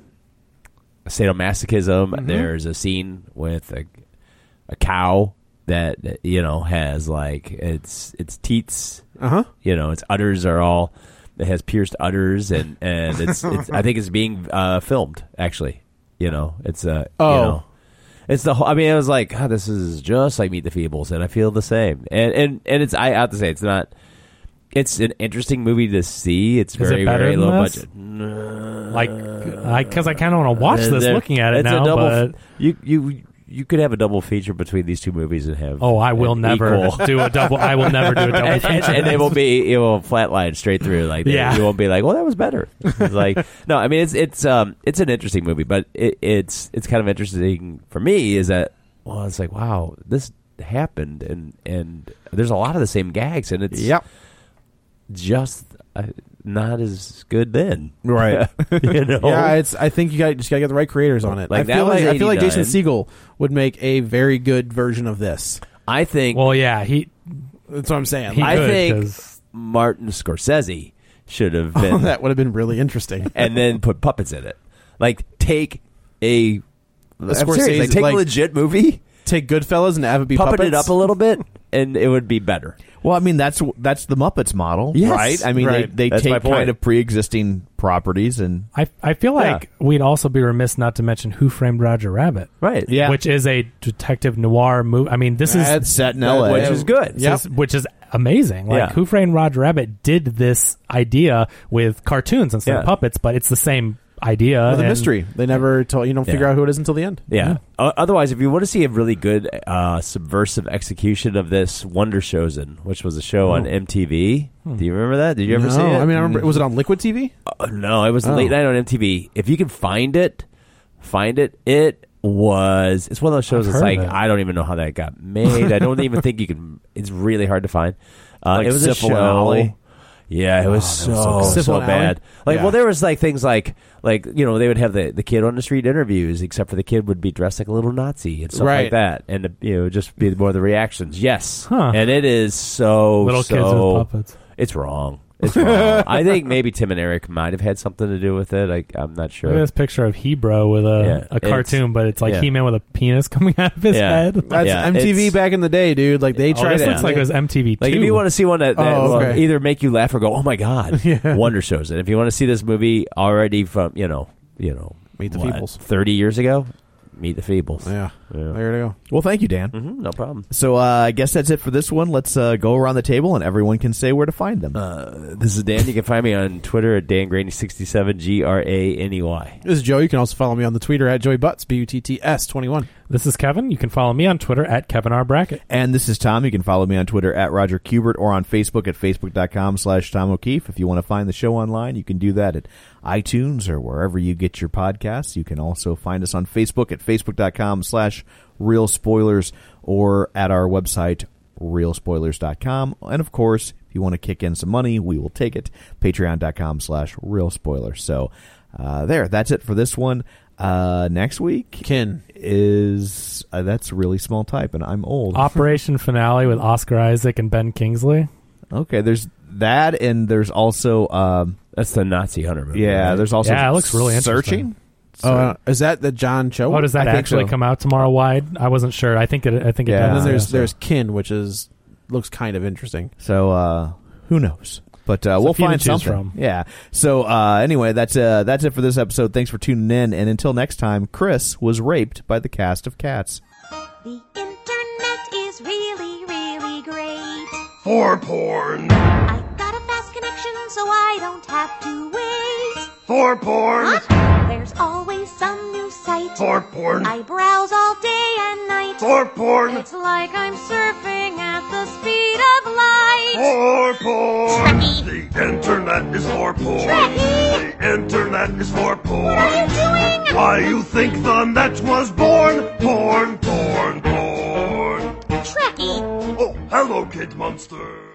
A: sadomasochism.
C: Mm-hmm.
A: There's a scene with a, a cow that you know has like its its teats
B: Uh
C: Uh-huh.
B: huh.
A: you know its udders are all it has pierced udders and and it's, it's i think it's being uh filmed actually you know it's uh
B: Oh.
A: you know it's the whole i mean it was like god this is just like meet the feebles and i feel the same and and and it's i have to say it's not it's an interesting movie to see it's
C: it
A: very
C: better
A: very
C: than
A: low
C: this?
A: budget
C: like, because I kind of want to watch this
A: There-
C: looking at it
A: it's
C: now.
A: a double
C: but
A: f- you you you could have a double feature between these two movies and have
C: oh, I will
A: an
C: never
A: equal-
C: do a double. I will never do a double
A: and, and,
C: feature.
A: and it will be it will flatline straight through like they-
C: Yeah.
A: you won't be like well that was better it's like no i mean it's it's um it's an interesting movie but it, it's it's kind of interesting for me is that well it's like wow this happened and and there's a lot of the same gags and it's just uh, not as good then
B: Right.
A: you know
B: Yeah, it's. I think you got just gotta get the right creators on it.
A: Like,
B: I
A: that
B: feel
A: was
B: like I feel like Jason
A: 89.
B: Siegel would make a very good version of this.
A: i think
C: well, yeah, he.
B: That's what I'm saying.
C: he
A: I
C: could,
A: think-
C: 'cause-
A: martin scorsese should have been
B: that would have been really interesting.
A: and then put puppets in it like take a I'm serious,
B: Scorsese,
A: like, take
B: like-
A: a legit movie
B: Take Goodfellas and have it be
A: puppet
B: puppets.
A: it up a little bit, and it would be better.
E: Well, I mean that's that's the Muppets model,
A: Yes.
E: right? I mean
A: Right.
E: they, they
A: That's my
E: take
A: point.
E: kind of pre-existing properties and
C: I I feel
A: Yeah.
C: like we'd also be remiss not to mention Who Framed Roger Rabbit,
A: Right.
C: Which is a detective noir movie. I mean, this is
B: That's-
E: set in
B: that-
E: LA.
A: Which is good.
B: Yep.
C: This- which is amazing. Like
A: Yeah.
C: Who Framed Roger Rabbit did this idea with cartoons instead of
A: Yeah.
C: puppets, but it's the same idea.
B: Well, the
C: and-
B: mystery. They never tell you. Don't figure
A: Yeah.
B: out who it is until the end.
A: Yeah. O- Otherwise, if you want to see a really good uh, subversive execution of this, Wonder Chosen, which was a show on MTV. Do you remember that? Did you ever
B: Hmm. no,
A: see it? Mm.
B: I mean, I remember. Was it on Liquid TV?
A: Uh, no, it was
B: Oh.
A: late night on MTV. If you can find it, find it. It was. It's one of those shows.
C: I've
A: that's
C: heard of
A: like
C: it.
A: I don't even know how that got made. I don't even think you can. It's really hard to find. Uh,
E: Like
A: it was
E: Syphil
A: a
E: and
A: show.
E: Ollie?
A: Yeah, it was so so,
B: good. Syphil and
A: bad.
B: Ollie?
A: Like,
B: Yeah.
A: well, there was like things like like you know they would have the, the kid on the street interviews, except for the kid would be dressed like a little Nazi and stuff
B: Right.
A: like that, and the, you know just be more of the reactions. Yes,
C: Huh.
A: and it is so
C: Little kids
A: so-
C: with puppets.
A: it's wrong. It's wrong. I think maybe Tim and Eric might have had something to do with it. I, I'm not
C: Look at
A: sure.
C: this picture of Hebro with a,
A: Yeah,
C: a cartoon,
A: it's-
C: but it's like
A: yeah.
C: He-Man with a penis coming out of his
A: Yeah.
C: head.
B: That's
A: Yeah,
B: MTV
A: it's-
B: back in the day, dude. Like they
A: Oh,
B: tried.
C: this
A: yeah.
C: looks like it was MTV.
A: Like,
C: two.
A: if you want to see one that, that
B: Oh,
A: will
B: okay.
A: either make you laugh or go, "Oh my god," Wonder shows it. If you want to see this movie already from you know, you know,
B: Meet the Feebles.
A: thirty years ago, Meet the Feebles.
B: Yeah.
A: Yeah.
B: There you go.
E: Well, thank you, Dan.
A: hmm no problem.
E: So uh, I guess that's it for this one. Let's uh, go around the table and everyone can say where to find them.
A: Uh, This is Dan. You can find me on Twitter at Dan Graney sixty seven G R A N E Y.
B: This is Joe. You can also follow me on the Twitter at Joey Butts B U T T S twenty one.
C: this is Kevin. You can follow me on Twitter at Kevin R Brackett.
E: And this is Tom. You can follow me on Twitter at Roger Kubert or on Facebook at facebook.com slash Tom O'Keefe. If you want to find the show online, you can do that at iTunes or wherever you get your podcasts. You can also find us on Facebook at facebook.com slash real spoilers or at our website realspoilers.com. And of course, if you want to kick in some money, we will take it. Patreon.com slash real spoilers. So uh, there, that's it for this one. Uh, next week
B: Kin.
E: is uh, that's really small type, and I'm old.
C: Operation Finale with Oscar Isaac and Ben Kingsley.
E: Okay, there's that, and there's also um,
A: That's the Nazi hunter movie.
E: yeah, there's also
C: Yeah, it looks really
E: searching.
C: interesting.
B: Oh, uh, is that the John Cho?
C: Oh, does that
B: I think
C: actually
B: so.
C: come out tomorrow? Wide? I wasn't sure. I think it. I think it.
E: Yeah.
B: And
C: does.
B: then there's
C: Yeah.
B: there's Kin, which is looks kind of interesting.
E: So uh, who knows? But uh, we'll
C: a few to
E: find
C: choose from.
E: something. Yeah. So uh, anyway, that's uh, that's it for this episode. Thanks for tuning in, and until next time, Chris was raped by the cast of Cats.
F: The internet is really, really great.
G: For porn.
F: I got a fast connection so I don't have to wait.
G: For porn.
F: There's always some new site.
G: For porn.
F: I browse all day and night.
G: For porn.
F: It's like I'm surfing at at the speed of light.
G: For porn.
F: Trekkie.
G: The internet is for porn.
F: Trekkie.
G: The internet is for porn.
F: What are you doing?
G: Why you think the net was born? Porn, porn, porn.
F: Trekkie.
G: Oh, hello, kid monster.